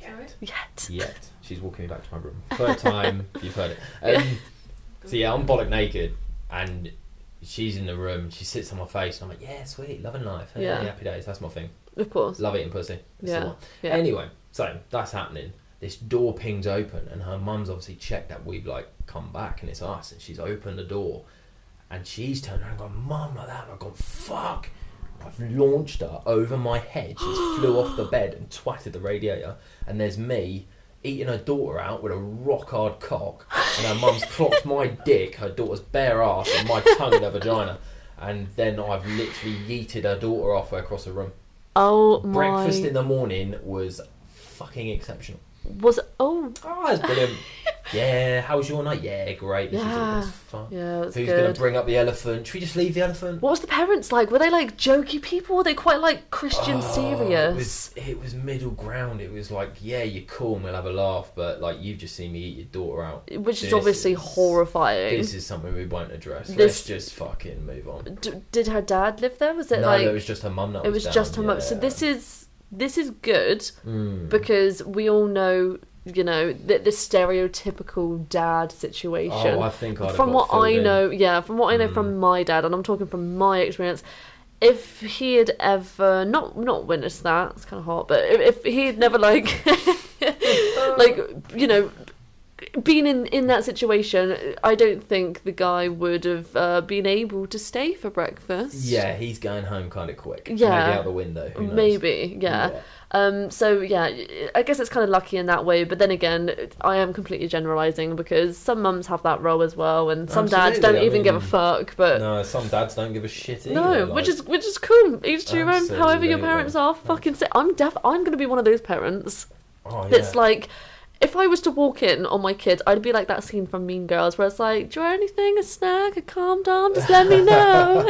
Sorry?
yet.
yet. She's walking me back to my room.
*laughs*
Third time you've heard it. Um, so yeah, I'm bollock naked, and she's in the room. She sits on my face, and I'm like, yeah, sweet, loving life, hey,
Yeah.
happy days. That's my thing.
Of course.
Love eating pussy. It's
Yeah,
The one.
yeah.
Anyway, so that's happening. This door pings open, and her mum's obviously checked that we've like come back, and it's us, and she's opened the door, and she's turned around and gone, "Mum," like that, and I've gone, "Fuck." I've launched her over my head. She just flew off the bed and twatted the radiator. And there's me eating her daughter out with a rock hard cock. And her
*laughs*
mum's clocked my dick, her daughter's bare ass, and my tongue in her vagina. And then I've literally yeeted her daughter off across the room.
Oh my.
Breakfast in the morning was fucking exceptional.
Was oh
Oh, that's
*laughs*
brilliant. yeah, how was your night? Yeah, great. This
Yeah.
is it. It's fun.
yeah, that's
Who's going
good.
to bring up the elephant? Should we just leave the elephant?
what was the parents like? Were they like jokey people? Were they quite like Christian
Oh,
serious?
Ah, It was, it was middle ground. It was like, yeah, you're cool and we'll have a laugh, but like you've just seen me eat your daughter out.
Which is
This
obviously
is-
horrifying.
This is something we won't address.
This-
Let's just fucking move on.
D- did her dad live there? Was it
no,
like
no, it was just her mum that
it was
down,
just her mum? So
yeah.
this is this is good.
Mm.
because we all know, you know, the, the stereotypical dad situation.
Oh, I think I'd have
from what
got
I
filled in.
know, yeah, from what I know
Mm.
from my dad, and I'm talking from my experience, if he had ever not not witnessed that, it's kind of hot, but if, if he had never like, *laughs* like you know. Been in in that situation, I don't think the guy would have uh, been able to stay for breakfast.
Yeah, he's going home kind of quick.
Yeah.
Maybe out the window. Who knows?
maybe. yeah. Um, so yeah, I guess it's kind of lucky in that way. But then again, I am completely generalising because some mums have that role as well, and some dads
Absolutely,
don't
I
even give a
mean,
fuck. But
No, some dads don't give a shit either.
no,
like-
which is which is cool. Each to your own. However your
Absolutely.
parents are, fucking. Sit. I'm def. I'm gonna be one of those parents
oh, yeah.
that's like. If I was to walk in on my kids, I'd be like that scene from Mean Girls where it's like, "Do you want anything? A snack? A calm down? Just let me
*laughs*
know."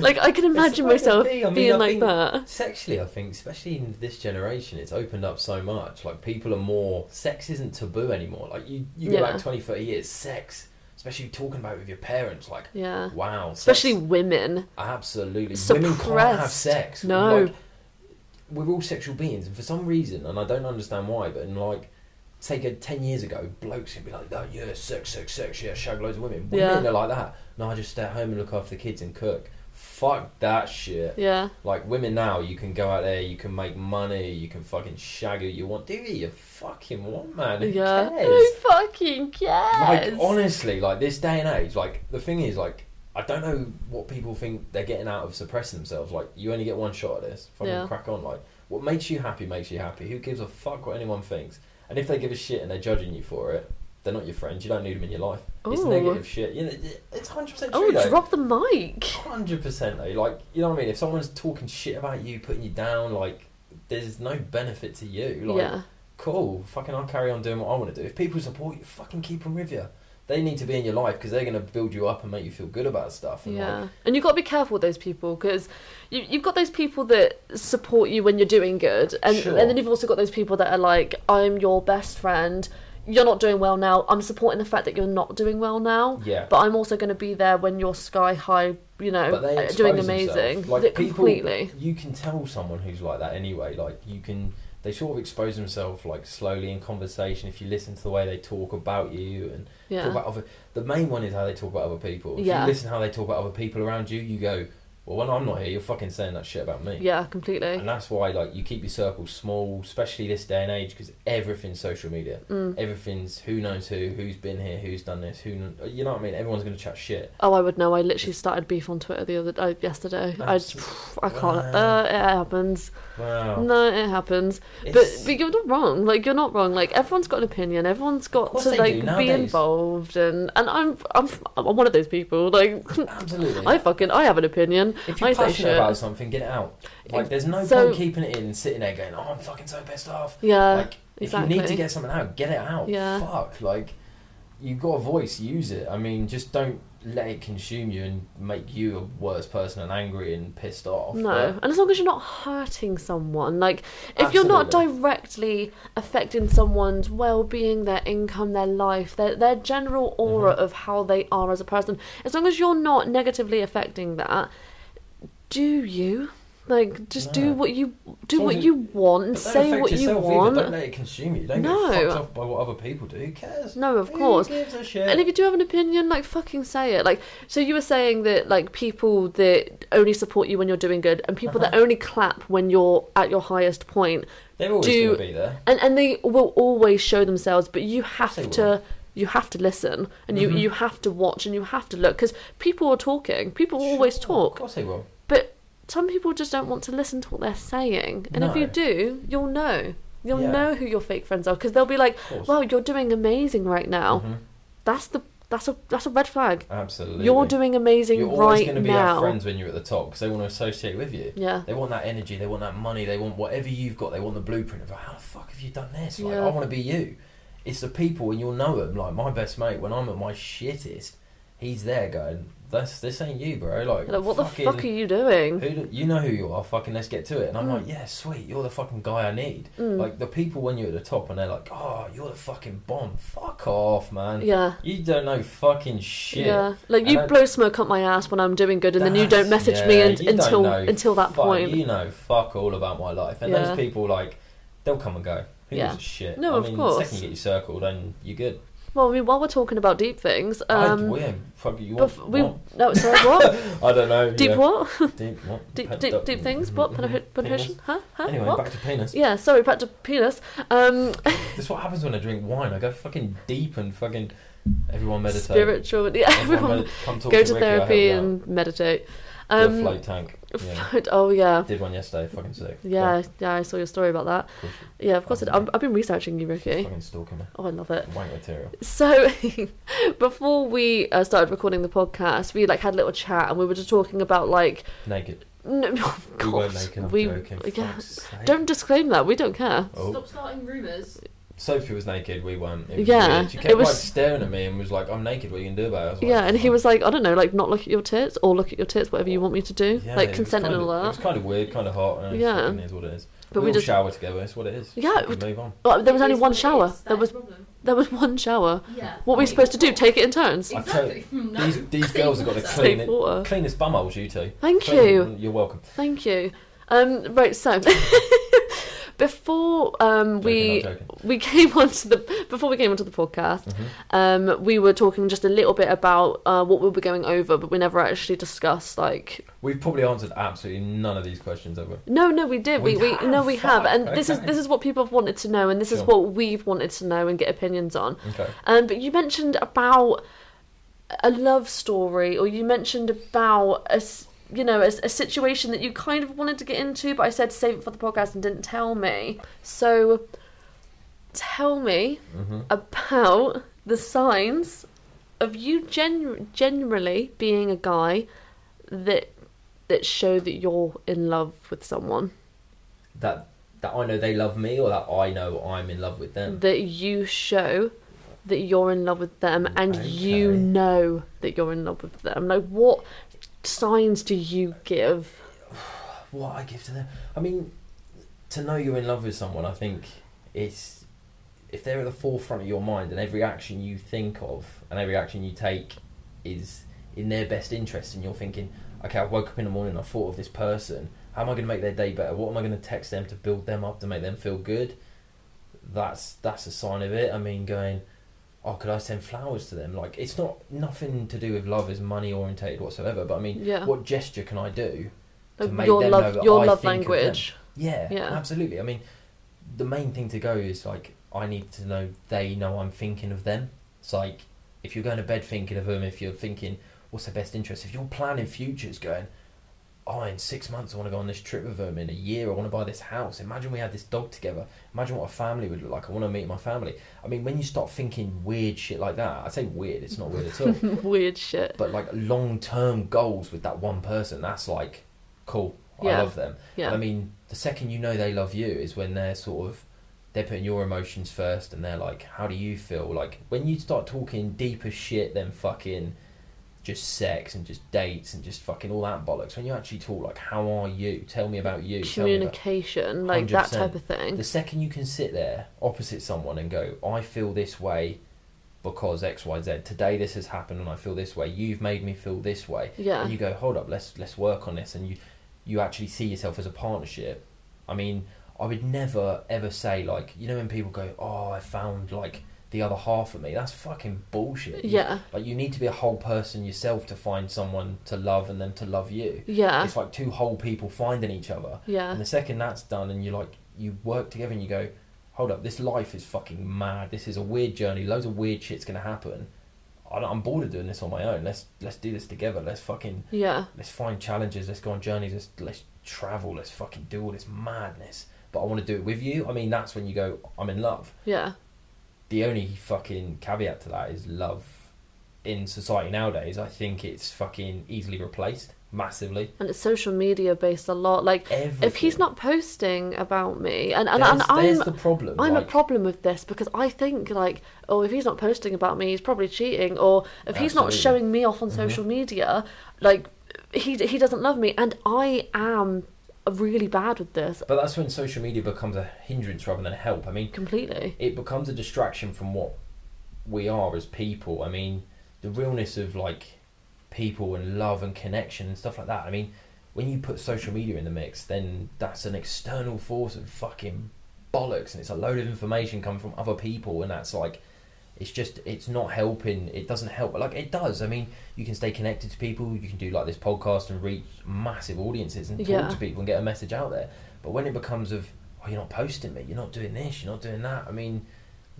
like I can imagine
way to
myself
be. I mean,
being
I
like
think-
that.
Sexually, I think, especially in this generation, it's opened up so much. Like, people are more. Sex isn't taboo anymore. Like, you, you go
Yeah.
back 20, 30 years, sex, especially talking about it with your parents, like,
Yeah,
wow. sex-
especially women.
Absolutely. Women can't have
suppressed.
sex.
No.
Like, we're all sexual beings, and for some reason, and I don't understand why, but in like, take a 10 years ago, blokes can be like, oh, yeah, sex, sex, sex, yeah, shag loads of women. Women
Yeah.
are like that. No, I just stay at home and look after the kids and cook. Fuck that shit.
Yeah.
Like women now, you can go out there, you can make money, you can fucking shag who you want. Do what you fucking want, man? Who
yeah.
cares?
Who fucking cares?
Like honestly, like this day and age, like the thing is, like I don't know what people think they're getting out of suppressing themselves. Like you only get one shot at this. Fucking
Yeah.
crack on. Like what makes you happy makes you happy. Who gives a fuck what anyone thinks? And if they give a shit and they're judging you for it, they're not your friends. You don't need them in your life. It's
Ooh.
negative shit. You know, it- it's hundred percent true.
oh,
though.
drop the mic.
Hundred percent though, like you know what I mean. If someone's talking shit about you, putting you down, like there's no benefit to you. Like,
yeah.
cool, fucking, I'll carry on doing what I want to do. If people support you, fucking keep them with you. They need to be in your life because they're gonna build you up and make you feel good about stuff. And
Yeah.
like,
and you've got to be careful with those people because you, you've got those people that support you when you're doing good. And,
Sure.
and then you've also got those people that are like, I'm your best friend. You're not doing well now. I'm supporting the fact that you're not doing well now.
Yeah.
But I'm also going to be there when you're sky high, you know,
but they
uh, doing
expose
amazing.
themselves. Like
Th-
people,
completely.
you can tell someone who's like that anyway. Like you can, they sort of expose themselves like slowly in conversation. If you listen to the way they talk about you and
Yeah.
talk about other, the main one is how they talk about other people. If
Yeah.
you listen how they talk about other people around you, you go, Well, when I'm not here, you're fucking saying that shit about me.
Yeah, completely.
And that's why, like, you keep your circle small, especially this day and age, because everything's social media.
Mm.
Everything's who knows who, who's been here, who's done this, who. kn- You know what I mean? Everyone's gonna chat shit.
Oh, I would know. I literally started beef on Twitter the other uh, yesterday. I just, I can't.
Wow.
Uh, it happens. *laughs*
Wow.
No, it happens. But,
It's-
but you're not wrong. Like you're not wrong. Like everyone's got an opinion. Everyone's got
course
to
they do
like be
nowadays.
involved. And and I'm I'm I'm one of those people. Like *laughs*
absolutely.
I fucking I have an opinion.
if you're
I say
passionate
shit.
about something, get it out. Like, there's no
So-
point keeping it in and sitting there going, "Oh, I'm fucking so pissed off."
Yeah.
like if you need
exactly.
to get something out, get it out.
Yeah.
Fuck. Like you've got a voice, use it. I mean, just don't let it consume you and make you a worse person and angry and pissed off.
No,
Like,
and as long as you're not hurting someone, like if you're not
Absolutely.
directly affecting someone's well-being, their income, their life, their their general aura
Mm-hmm.
of how they are as a person, as long as you're not negatively affecting that, do you? Like just
No.
do what you do
long
what
as
you want,
But don't
say
affect
what you
yourself either.
want.
Don't let it consume you. Don't
No.
get fucked off by what other people do. Who cares?
No, of
Who
course.
gives a shit?
And if you do have an opinion, like fucking say it. Like so you were saying that like people that only support you when you're doing good and people
Uh-huh.
that only clap when you're at your highest point
They're always
do-
gonna be there.
and and they will always show themselves but you have
They
to you have to listen and you
Mhm.
you have to watch and you have to look because people are talking people always
Sure, Of
talk
course they will.
but some people just don't want to listen to what they're saying and if you
No.
do you'll know you'll
Yeah.
know who your fake friends are because they'll be like
Of course.
wow you're doing amazing right now
Mhm.
that's the that's a that's a red flag
Absolutely.
you're doing amazing
You're always
right
gonna be our
now
friends when you're at the top because they want to associate with you.
yeah
They want that energy, they want that money, they want whatever you've got, they want the blueprint of how the fuck have you done this? Like,
Yeah.
I want to be you. It's the people, and you'll know them. Like, my best mate, when I'm at my shittest, he's there going, That's, this ain't you, bro. Like,
like, what the
fucking-
fuck are you doing
Who do, you know who you are, fucking let's get to it. And I'm
Mm.
like, yeah, sweet, you're the fucking guy I need.
Mm.
Like, the people when you're at the top and they're like, oh, you're the fucking bomb. Fuck off, man.
yeah
You don't know fucking shit.
Yeah, like
And
you
I-
blow smoke up my ass when I'm doing good, and then you don't
That's-
message me
yeah,
and,
you don't
until
know
until that
fuck,
point.
You know, fuck all about my life. And
Yeah.
those people, like, they'll come and go. Who
Yeah.
gives a shit?
No,
I
of
mean,
course.
The second you get you circled, then you're good.
Well, I mean, while we're talking about deep things,
I,
um,
we, fuck you want,
bef- we
what?
no, sorry,
*laughs*
what
I don't know.
deep
yeah.
what
Deep what?
deep
Pe-
deep
dup-
deep things? What
mhm,
penetration?
penis.
penetration? Huh? Huh?
Anyway,
what?
back to penis.
Yeah, sorry, back to penis. Um,
This is what happens when I drink wine. I go fucking deep and fucking everyone meditate. *laughs*
spiritual. Yeah, everyone
med- come talk
go to
Ricky, I'll help
therapy
you out.
and meditate.
Do a
Um,
float tank. Yeah.
float- *laughs* Oh yeah.
Did one yesterday. Fucking sick.
Yeah, yeah, I saw your story about that.
Cool.
Yeah, of course, it, I'm, I've been researching you,
She's
Ricky.
Fucking stalking me.
Oh, I love it.
Wank material.
So *laughs* before we uh, started recording the podcast, we like had a little chat and we were just talking about like
Naked.
no, *laughs* oh,
We
God,
weren't naked. I'm
we-
joking. for
yeah.
fuck's sake.
don't disclaim that. We don't care.
Oh.
Stop starting rumours.
Sophie was naked, we weren't. It was
Yeah,
weird. She
it
kept
was-
like staring at me and was like, I'm naked, what are you going to do about it? I was like,
yeah, and he
"Fuck."
was like, I don't know, like not look at your tits or look at your tits, whatever you want me to do,
Yeah, it
like
was
consent and
kinda-
all
It was
that.
kind of weird, kind of hot, and
Yeah.
yeah. it is what it is.
But
we,
we
all
just-
shower together, it's what it is.
Yeah,
We
it
move on.
Well, there was
It
only
is
one
what it
shower.
is, that
There
is
was
the problem.
there was *laughs* one shower.
Yeah.
What were we
Like,
supposed to do? Take it in turns.
I'll
Exactly. *laughs* No.
These, these
Clean
girls have got to
water.
clean
Safe
it.
water.
Cleanest bumholes, you two.
Oh. Thank
Clean-
you.
You're welcome.
Thank you. Um, right, so *laughs* before um, we
Joking, I'm
we *laughs* came onto the before we came onto the podcast,
Mhm.
um, we were talking just a little bit about uh, what we were going over, but we never actually discussed like
We've probably answered absolutely none of these questions, have we?
no, no, we did. We, we,
We have,
no, we have, and
fuck,
this is
okay.
this is what people have wanted to know, and this is
Sure.
what we've wanted to know and get opinions on.
Okay.
Um, but you mentioned about a love story, or you mentioned about a s- you know a, s- a situation that you kind of wanted to get into, but I said save it for the podcast and didn't tell me. So tell me
hmm
about the signs of you gen- generally being a guy that that show that you're in love with someone
That, that I know they love me or that I know I'm in love with them.
that you show that you're in love with them and you
Okay.
know that you're in love with them like what signs do you give
what I give to them. I mean, to know you're in love with someone, I think it's if they're at the forefront of your mind and every action you think of and every action you take is in their best interest, and you're thinking, okay, I woke up in the morning, I thought of this person. How am I going to make their day better? What am I going to text them to build them up to make them feel good? That's that's a sign of it. I mean, going, I oh, could I send flowers to them? Like, it's not nothing to do with love is money orientated whatsoever. But I mean,
Yeah.
what gesture can I do? to
Like
make
your
them know
love,
that
your
I
love
think of them.
language. *laughs*
Yeah,
Yeah.
absolutely. I mean, the main thing to go is like, I need to know they know I'm thinking of them. It's like, if you're going to bed thinking of them, if you're thinking, what's their best interest? If you're planning futures, going, oh, in six months I want to go on this trip with them. In a year I want to buy this house. Imagine we had this dog together. Imagine what a family would look like. I want to meet my family. I mean, when you start thinking weird shit like that, I say weird. It's not weird
*laughs*
at all.
Weird shit.
but like long term goals with that one person, that's like, cool. I
Yeah.
love them.
Yeah.
I mean, the second you know they love you is when they're sort of they're putting your emotions first, and they're like, "How do you feel?" Like when you start talking deeper shit than fucking just sex and just dates and just fucking all that bollocks. When you actually talk like, "How are you? Tell me about you." Tell me about
Communication, like that type of thing.
the second you can sit there opposite someone and go, I feel this way because X, Y, Z. Today this has happened and I feel this way. You've made me feel this way.
Yeah.
And you go, hold up, let's let's work on this. And you you actually see yourself as a partnership. I mean, I would never ever say like, you know, when people go, oh, I found like the other half of me. That's fucking bullshit. You-
Yeah.
Like you need to be a whole person yourself to find someone to love and them to love you.
Yeah.
It's like two whole people finding each other. And
Yeah.
the second that's done, and you like you work together, and you go, hold up, this life is fucking mad. This is a weird journey. Loads of weird shit's gonna happen. I don't- I'm bored of doing this on my own. Let's let's do this together. Let's fucking
Yeah.
let's find challenges. Let's go on journeys. Let's let's travel. Let's fucking do all this madness. But I want to do it with you. I mean, that's when you go, I'm in love.
Yeah.
The only fucking caveat to that is love. In society nowadays, I think it's fucking easily replaced massively.
And it's social media based a lot. Like
Everything.
if he's not posting about me, and and, and
there's,
I'm
there's the problem.
I'm a
like-
problem with this because I think like, oh, if he's not posting about me, he's probably cheating, or if he's not
Absolutely. Mm-hmm.
showing me off on social media, like he he doesn't love me, and I am really bad with this
But that's when social media becomes a hindrance rather than a help. I mean,
completely.
it becomes a distraction from what we are as people. I mean, the realness of like people and love and connection and stuff like that. I mean, when you put social media in the mix, then that's an external force of fucking bollocks, and it's a load of information coming from other people, and that's like. It's just, it's not helping. It doesn't help. Like, it does. I mean, you can stay connected to people. You can do like this podcast and reach massive audiences and talk
Yeah.
to people and get a message out there. But when it becomes of, oh, you're not posting me, you're not doing this, you're not doing that. I mean,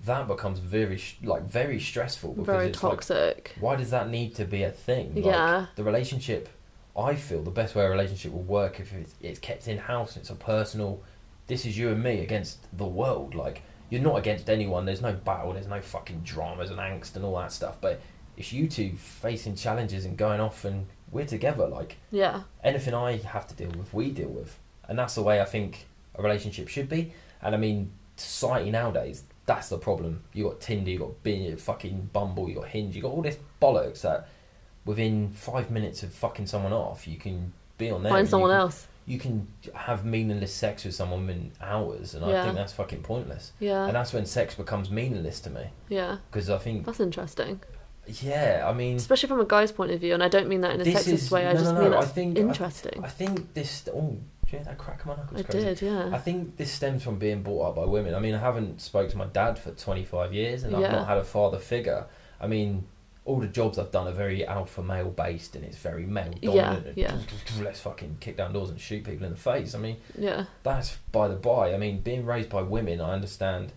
that becomes very sh- like very stressful because
Very
it's
toxic.
like, why does that need to be a thing? Like,
Yeah.
the relationship. I feel the best way a relationship will work if it's, it's kept in house and it's a personal. This is you and me against the world. Like you're not against anyone. There's no battle. There's no fucking dramas and angst and all that stuff. But it's you two facing challenges and going off, and we're together. Like
yeah.
anything I have to deal with, we deal with. And that's the way I think a relationship should be. And I mean, society nowadays, that's the problem. You got Tinder, you got Bing, you got fucking Bumble, you got Hinge, you got all this bollocks that within five minutes of fucking someone off, you can be on there.
Find
and
someone
you can,
else.
You can have meaningless sex with someone in hours, and I
Yeah.
think that's fucking pointless.
Yeah.
And that's when sex becomes meaningless to me.
yeah.
Because I think,
That's interesting.
yeah, I mean.
Especially from a guy's point of view, and I don't mean that in a
Mm. This
sexist
is-
way, I
no,
just
no, no,
mean
I
that's
think- I-
interesting.
I
I,
think this. Oh, do you hear that crack in my knuckles? Crazy.
did, yeah.
I think this stems from being brought up by women. I mean, I haven't spoke to my dad for 25 years, and I've
Yeah.
not had a father figure. I mean, all the jobs I've done are very alpha male based, and it's very male dominant. and
yeah.
Let's fucking kick down doors and shoot people in the face. I mean,
yeah.
that's by the by. I mean, being raised by women, I understand.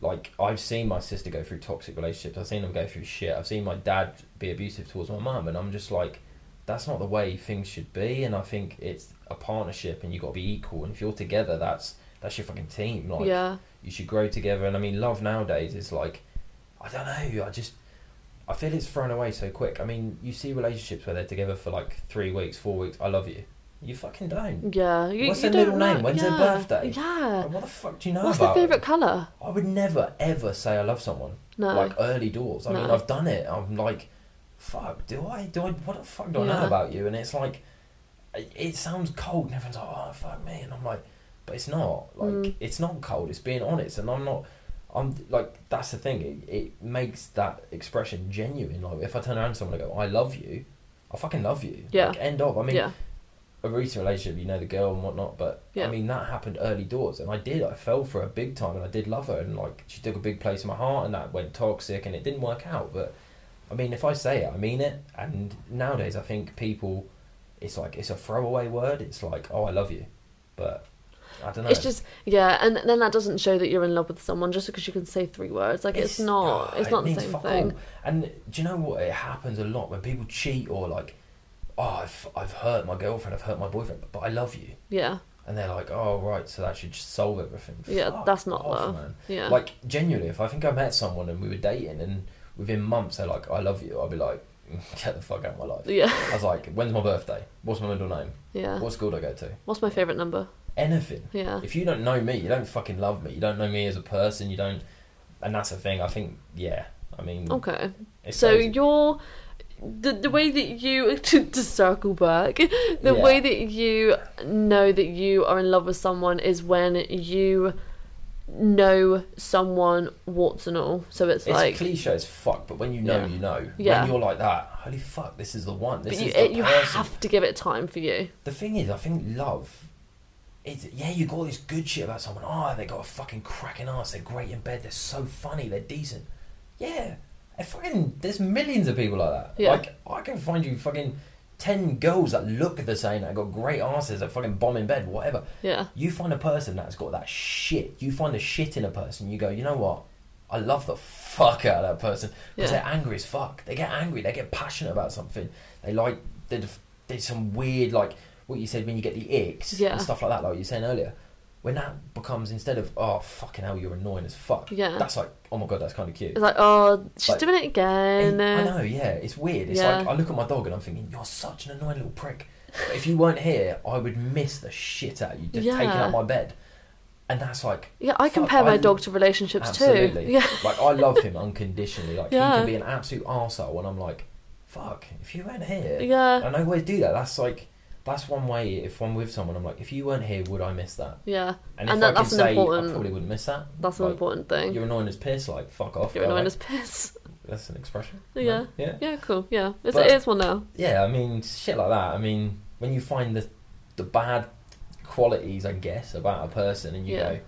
Like I've seen my sister go through toxic relationships. I've seen them go through shit. I've seen my dad be abusive towards my mum, and I'm just like, that's not the way things should be. And I think it's a partnership, and you got to be equal. And if you're together, that's that's your fucking team. Like
yeah.
you should grow together. And I mean, love nowadays is like, I don't know. I just, I feel it's thrown away so quick. I mean, you see relationships where they're together for like three weeks, four weeks. I love you. You fucking don't.
Yeah. You,
What's
you
their
don't
middle
know-
name? When's their
yeah.
birthday?
Yeah.
Like, what the fuck do you know
What's their
about?
favourite
it?
colour?
I would never ever say I love someone.
No.
Like oh, early doors. I mean,
No.
I've done it. I'm like, fuck. Do I? Do I? What the fuck do I know
Yeah.
about you? And it's like, it it sounds cold, and everyone's like, oh fuck me, and I'm like, but it's not. Like,
Mm.
it's not cold. It's being honest, and I'm not. I'm like that's the thing. It, it makes that expression genuine. Like if I turn around to someone and go, "I love you," I fucking love you.
Yeah.
Like, end of. I mean,
yeah.
a recent relationship, you know the girl and whatnot, but
Yeah.
I mean that happened early doors, and I did. I fell for her big time, and I did love her, and like she took a big place in my heart, and that went toxic, and it didn't work out. But I mean, if I say it, I mean it. And nowadays, I think people, it's like it's a throwaway word. It's like, oh, I love you, but I don't know.
It's just yeah, and then that doesn't show that you're in love with someone just because you can say three words. Like it's, not,
ah,
it's
it
not the
means
same
fuck
thing.
all. And do you know what? It happens a lot when people cheat or like, oh, I've I've hurt my girlfriend, I've hurt my boyfriend, but I love you.
Yeah,
And they're like, oh right, so that should just solve everything.
Yeah,
Fuck
that's not
off,
love.
man.
yeah.
Like genuinely, if I think I met someone and we were dating, and within months they're like, I love you, I'll be like, *laughs* get the fuck out of my life. *laughs*
yeah,
I was like, when's my birthday? What's my middle name?
yeah.
What school do I go to?
What's my favourite number?
Anything.
Yeah.
If you don't know me, you don't fucking love me. You don't know me as a person. You don't, and that's the thing. I think, yeah. I mean,
Okay.
it's
So
crazy.
your the the way that you *laughs* to, to circle back, the
Yeah.
way that you know that you are in love with someone is when you know someone what's and all. So it's,
it's
like
cliche as fuck, but when you know,
Yeah.
you know.
Yeah.
When you're like that, holy fuck, this is the one. This
but you,
is the
it, you
person.
have to give it time for you.
The thing is, I think love. It's, yeah, you got all this good shit about someone. Oh, they got a fucking cracking ass. They're great in bed. They're so funny. They're decent. Yeah, I fucking. There's millions of people like that.
Yeah.
Like I can find you fucking ten girls that look the same. That got great asses. That fucking bomb in bed. Whatever.
Yeah.
You find a person that's got that shit. You find the shit in a person. You go, you know what? I love the fuck out of that person because
Yeah.
they're angry as fuck. They get angry. They get passionate about something. They like they def- did some weird like what you said when you get the icks
Yeah.
and stuff like that. Like you were saying earlier, when that becomes instead of oh fucking hell you're annoying as fuck.
Yeah.
That's like oh my god that's kind of cute.
It's like, oh, she's
Like-
doing it again.
I know, yeah, it's weird. It's
uh, Yeah.
like I look at my dog and I'm thinking, you're such an annoying little prick. But if you weren't here, I would miss the shit out of you just taking
Yeah.
out my bed. And that's like,
Yeah, I
Fuck,
compare my
I-
dog to relationships too.
absolutely. *laughs*
Yeah,
Like I love him unconditionally. Like
Yeah.
he can be an absolute arsehole, and I'm like, fuck. If you weren't here,
yeah,
and I always do that. That's like, that's one way. If I'm with someone, I'm like, if you weren't here, would I miss that?
yeah. And
And, if
that-
I could
that's an
say,
important-
I probably wouldn't miss that.
That's an
Like,
important thing. You're,
You're annoying as piss. Like fuck off. go
annoying
away.
as piss.
*laughs* That's an expression.
Yeah.
Yeah.
Yeah, cool. Yeah, it's,
But-
it is one now.
yeah, I mean, shit like that. I mean, when you find the the bad qualities, I guess, about a person, and you
Yeah.
go,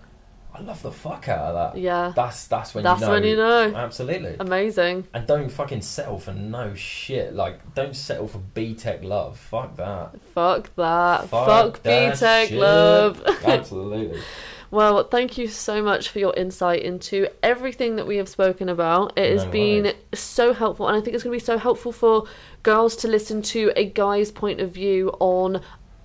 "I love the fuck out of that."
Yeah,
uh, That's that's when
that's
you know.
when you know. Um,
Absolutely.
Amazing.
And don't fucking settle for no shit. Like, don't settle for B Tech love. Fuck that.
Fuck that. Fuck,
Fuck
B
that
Tech
shit.
love. *laughs*
Absolutely.
Well, thank you so much for your insight into everything that we have spoken about. It has
No
been
worries.
so helpful, and I think it's going to be so helpful for girls to listen to a guy's point of view on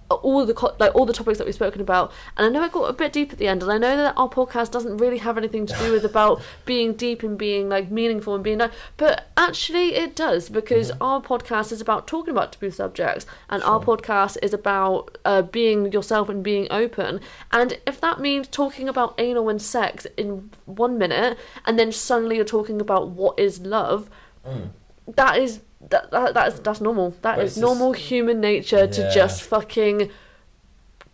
all the co- like all the topics that we've spoken about. And I know it got a bit deep at the end, and I know that our podcast doesn't really have anything to do
*laughs*
with about being deep and being like meaningful and being like, but actually it does because our podcast is about talking about taboo subjects, and our
Mm-hmm. Sure.
podcast is about uh, being yourself and being open. And if that means talking about anal and sex in one minute, and then suddenly you're talking about what is love,
Mm.
that is that, that that's that's normal. That is
But it's just- Mm.
normal human nature to
Yeah.
just fucking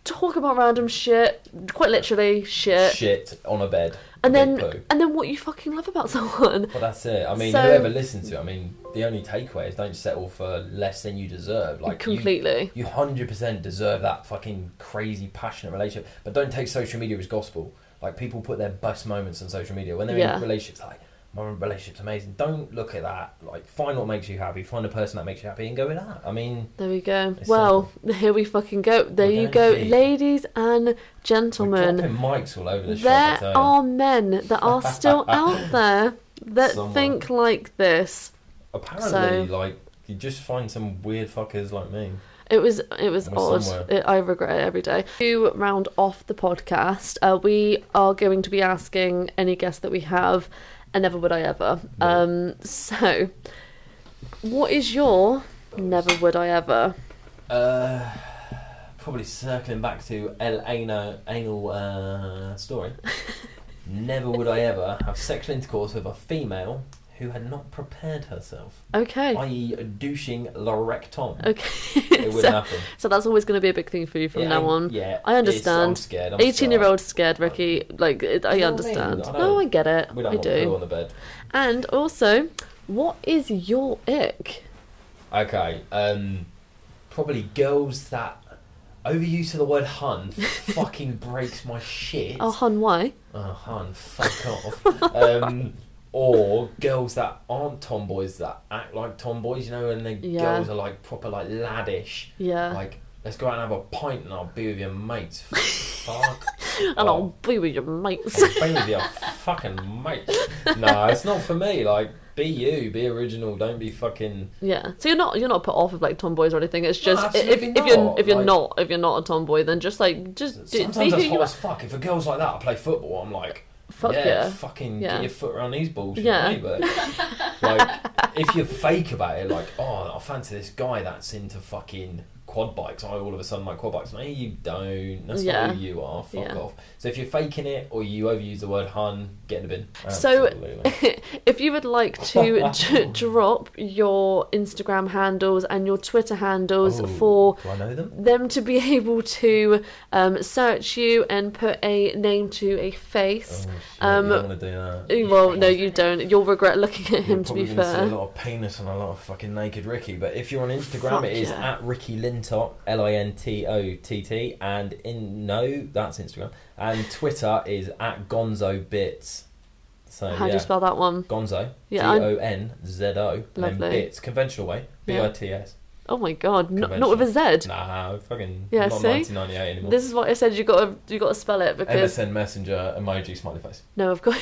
talk about random shit, quite literally shit,
Shit on a bed.
and
Big
then
poo.
and then what you fucking love about *laughs* someone.
But that's it. I mean,
So-
whoever listens to it, I mean, the only takeaway is don't settle for less than you deserve. Like, you,
completely.
You hundred percent deserve that fucking crazy passionate relationship. But don't take social media as gospel. Like people put their best moments on social media when they're
Yeah.
in relationships. Like my relationship's amazing. Don't look at that. Like find what makes you happy. Find a person that makes you happy and go with that. I mean,
There we go.
It's
well, here we fucking go. There
We're
you
going
go,
deep.
ladies and
we're
gentlemen.
dropping mics all over the shop. I
There
tell ya.
are men that are
*laughs*
still out there that
Someone.
think like this.
apparently like you just find some weird fuckers like me.
It was it was
We're
odd.
somewhere.
It, I regret it every day. To round off the podcast, uh, we are going to be asking any guest that we have, and never would I ever.
Yeah.
Um, so, what is your never would I ever?
Uh, probably circling back to El Ano anal
*laughs*
uh, story. Never would I ever have sexual intercourse with a female who had not prepared herself,
Okay,
i.e., douching Lorecton.
okay.
*laughs* It would
so,
happen.
so that's always going to be a big thing for you from
Yeah,
now on.
Yeah,
I understand.
It's, I'm scared. I'm
Eighteen-year-old scared, Ricky. Like it, I
You know what I mean?
understand.
I
no,
don't-
I get it.
scared. We don't
I
want poo
do.
on the bed.
And also, what is your ick?
Okay. Um, probably girls that Overuse of the word
*laughs*
hun fucking breaks my shit.
Oh, hun, why?
Oh, hun, fuck off. Um, or girls that aren't tomboys that act like tomboys, you know, and the
Yeah.
girls are like proper like laddish.
Yeah.
Like, let's go out and have a pint and I'll be with your
*laughs*
mates. Fuck.
and
Oh.
I'll be with your mates.
I'll be with your fucking
*laughs*
mates. No, it's not for me. Like, be you, be original. Don't be fucking.
yeah. So you're not you're not put off of like tomboys or anything. It's
No,
just i- if,
absolutely
if you're
not,
if you're
like-
not if you're not a tomboy, then just like just do, be
Sometimes
who
that's
you
hot
are.
as fuck. If a girl's like that, I play football. I'm like,
Fuck
yeah,
yeah.
fucking
Yeah.
get your foot around these balls.
Yeah.
Yeah, but
*laughs*
like if you're fake about it, like oh, I fancy this guy that's into fucking quad bikes. I all of a sudden like quad bikes. No, you don't. That's
Yeah.
not who you are. Fuck
Yeah.
off. So if you're faking it or you overuse the word hun, get in the bin.
So- *laughs*
Absolutely.
if you would like
*laughs*
to d- drop your Instagram handles and your Twitter handles
Ooh,
for
do I know them?
them to be *laughs* able to um, search you and put a name to a
Oh,
face.
shit,
Um,
you don't want to do that.
Eh, Well, no,
*laughs*
you don't. You'll regret looking at
Oh. You're
him. To be
probably gonna see
fair,
a lot of penis and a lot of fucking naked Ricky. But if you're on Instagram,
Fuck
it is
yeah.
at Ricky Lintott, L I N T O T T, and in no, that's Instagram, and Twitter is at Gonzo Bits. So
how
yeah,
do you spell that one?
Gonzo, G
Yeah, I-
O N Z O, and then
Lovely.
Bits, conventional way, B
Yeah.
I T S.
Oh my god, not, not with a Z.
Nah, fucking
Yeah,
not
see?
1998 anymore.
This is what I said. You gotta you gotta spell it because
MSN Messenger emoji smiley face.
no, of course.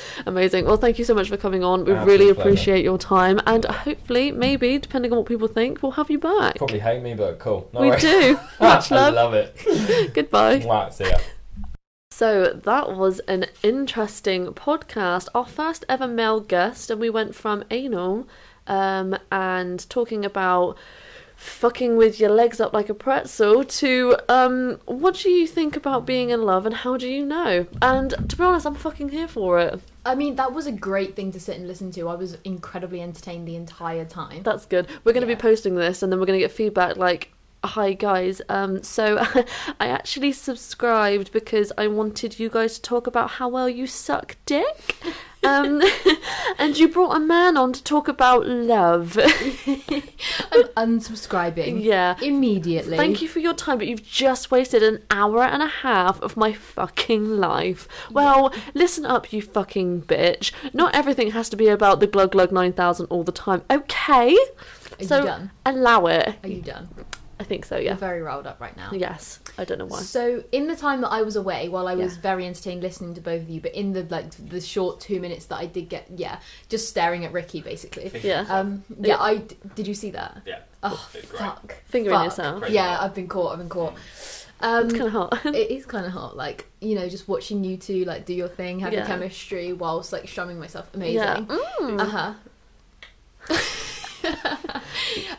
*laughs* Amazing. Well, thank you so much for coming on. We
Absolute
really
pleasure.
appreciate your time, and hopefully, maybe depending on what people think, we'll have you back.
Probably hate me, but cool. No
we
worries. *laughs*
do. Much
I
love.
love it.
Goodbye.
Mwah, see ya.
So that was an interesting podcast. Our first ever male guest, and we went from anal um, and talking about fucking with your legs up like a pretzel to um, what do you think about being in love and how do you know? And to be honest, I'm fucking here for it.
I mean, that was a great thing to sit and listen to. I was incredibly entertained the
*laughs*
entire time.
That's good. We're going to
Yeah.
be posting this and then we're going to get feedback like, hi guys. Um, so *laughs* I actually subscribed because I wanted you guys to talk about how well you suck dick. Um, *laughs* and you brought a man on to talk about love. *laughs*
I'm unsubscribing
yeah.
immediately.
Thank you for your time, but you've just wasted an hour and a half of my fucking life. Well, listen up, you fucking bitch. Not everything has to be about the Glug Glug 9000 all the time, okay?
Are
so-
you done?
Allow it.
Are you done?
I think so,
You're
yeah.
very riled up right now.
Yes, I don't know why.
So in the time that I was away, while I was
Yeah.
very entertained listening to both of you, but in the like the short two minutes that I did get, yeah, just staring at Ricky basically.
Yeah.
Um,
Yeah.
yeah, I d- did. You see that?
Yeah.
Oh
Great.
fuck!
Fingering
Fuck.
yourself.
Great.
Yeah, I've been caught. I've been caught. Um,
It's kind of hot.
it is kind of hot, like you know, just watching you two like do your thing, have
Yeah.
your chemistry, whilst like strumming myself. Amazing.
*laughs* yeah. Mm.
Uh huh. *laughs*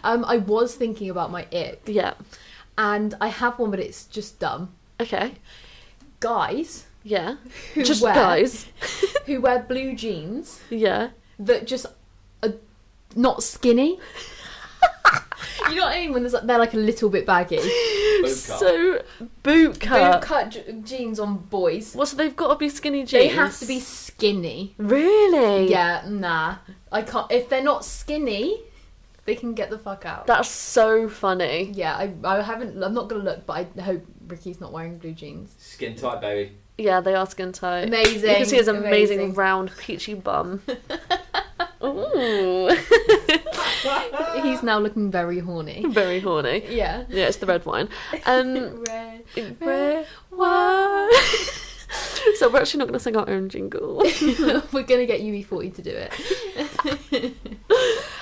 um, I was thinking about my ick,
Yeah.
and I have one, but it's just dumb.
Okay. *laughs*
Guys
Yeah.
who
Just
wear
guys.
who wear blue jeans
Yeah.
that just are not
*laughs*
skinny. you know what I mean? When there's like, they're like a little bit baggy.
So boot
Boot
cut.
cut j- jeans on boys.
Well, so they've got to be skinny jeans.
They have to be skinny.
Really?
Yeah, nah. I can't. If they're not skinny, they can get the fuck out.
That's so funny.
yeah, I, I haven't. I'm not gonna look, but I hope Ricky's not wearing blue jeans.
Skin tight, baby.
Yeah, they are skin tight.
Amazing,
You can see his amazing,
amazing.
round peachy
*laughs*
bum. Ooh. *laughs*
*laughs* He's now looking very horny. *laughs*
Very horny.
Yeah.
Yeah, it's the red wine.
*laughs*
Um,
Red.
red wine. *laughs* so we're actually not going to sing our own jingle.
We're gonna get UE40 to do it.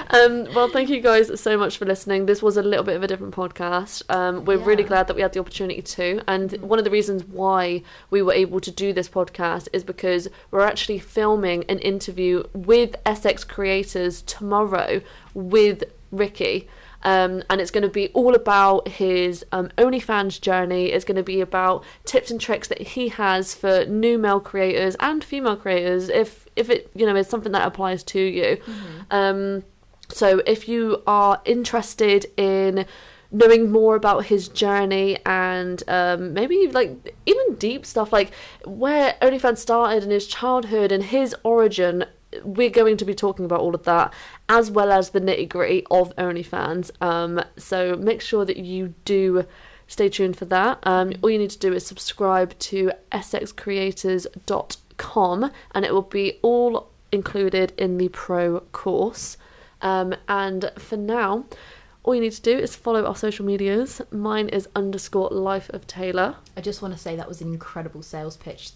Um, well, thank you guys so much for listening. This was a little bit of a different podcast. Um, we're
Yeah.
really glad that we had the opportunity to. And one of the reasons why we were able to do this podcast is because we're actually filming an interview with Essex creators tomorrow with Ricky. Um, and it's going to be all about his um, OnlyFans journey. It's going to be about tips and tricks that he has for new male creators and female creators, if if it you know is something that applies to you. Um, so if you are interested in knowing more about his journey and um, maybe like even deep stuff like where OnlyFans started and his childhood and his origin we're going to be talking about all of that as well as the nitty gritty of OnlyFans. Um, so make sure that you do stay tuned for that. Um, all you need to do is subscribe to sxcreators.com and it will be all included in the pro course. Um, and for now, all you need to do is follow our social medias. Mine is underscore life of Taylor.
I just want to say that was an incredible sales pitch.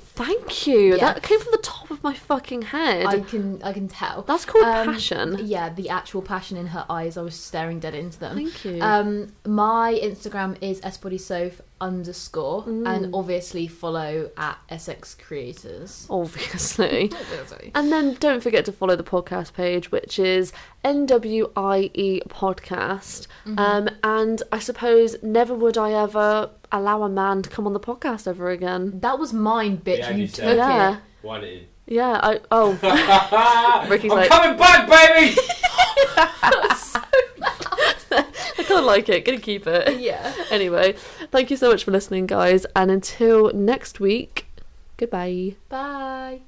Thank you.
Yeah.
That came from the top of my fucking head.
I can I can tell.
That's called
Um,
passion.
Yeah, the actual passion in her eyes. I was staring dead into them.
Thank you.
Um, my Instagram is sbodysof underscore,
Mm.
and obviously follow at Essex Creators.
obviously. And then don't forget to follow the podcast page, which is NWIE E Podcast.
Mm-hmm.
Um, and I suppose never would I ever allow a man to come on the podcast ever again.
that was mine, bitch.
Yeah,
you
you
took
said.
Yeah.
it.
Why did you?
Yeah. I, oh, *laughs* Ricky's
I'm
like-
coming back, baby!
I kind of like it. Gonna keep it.
*laughs* Yeah.
Anyway, thank you so much for listening, guys. And until next week, goodbye.
Bye.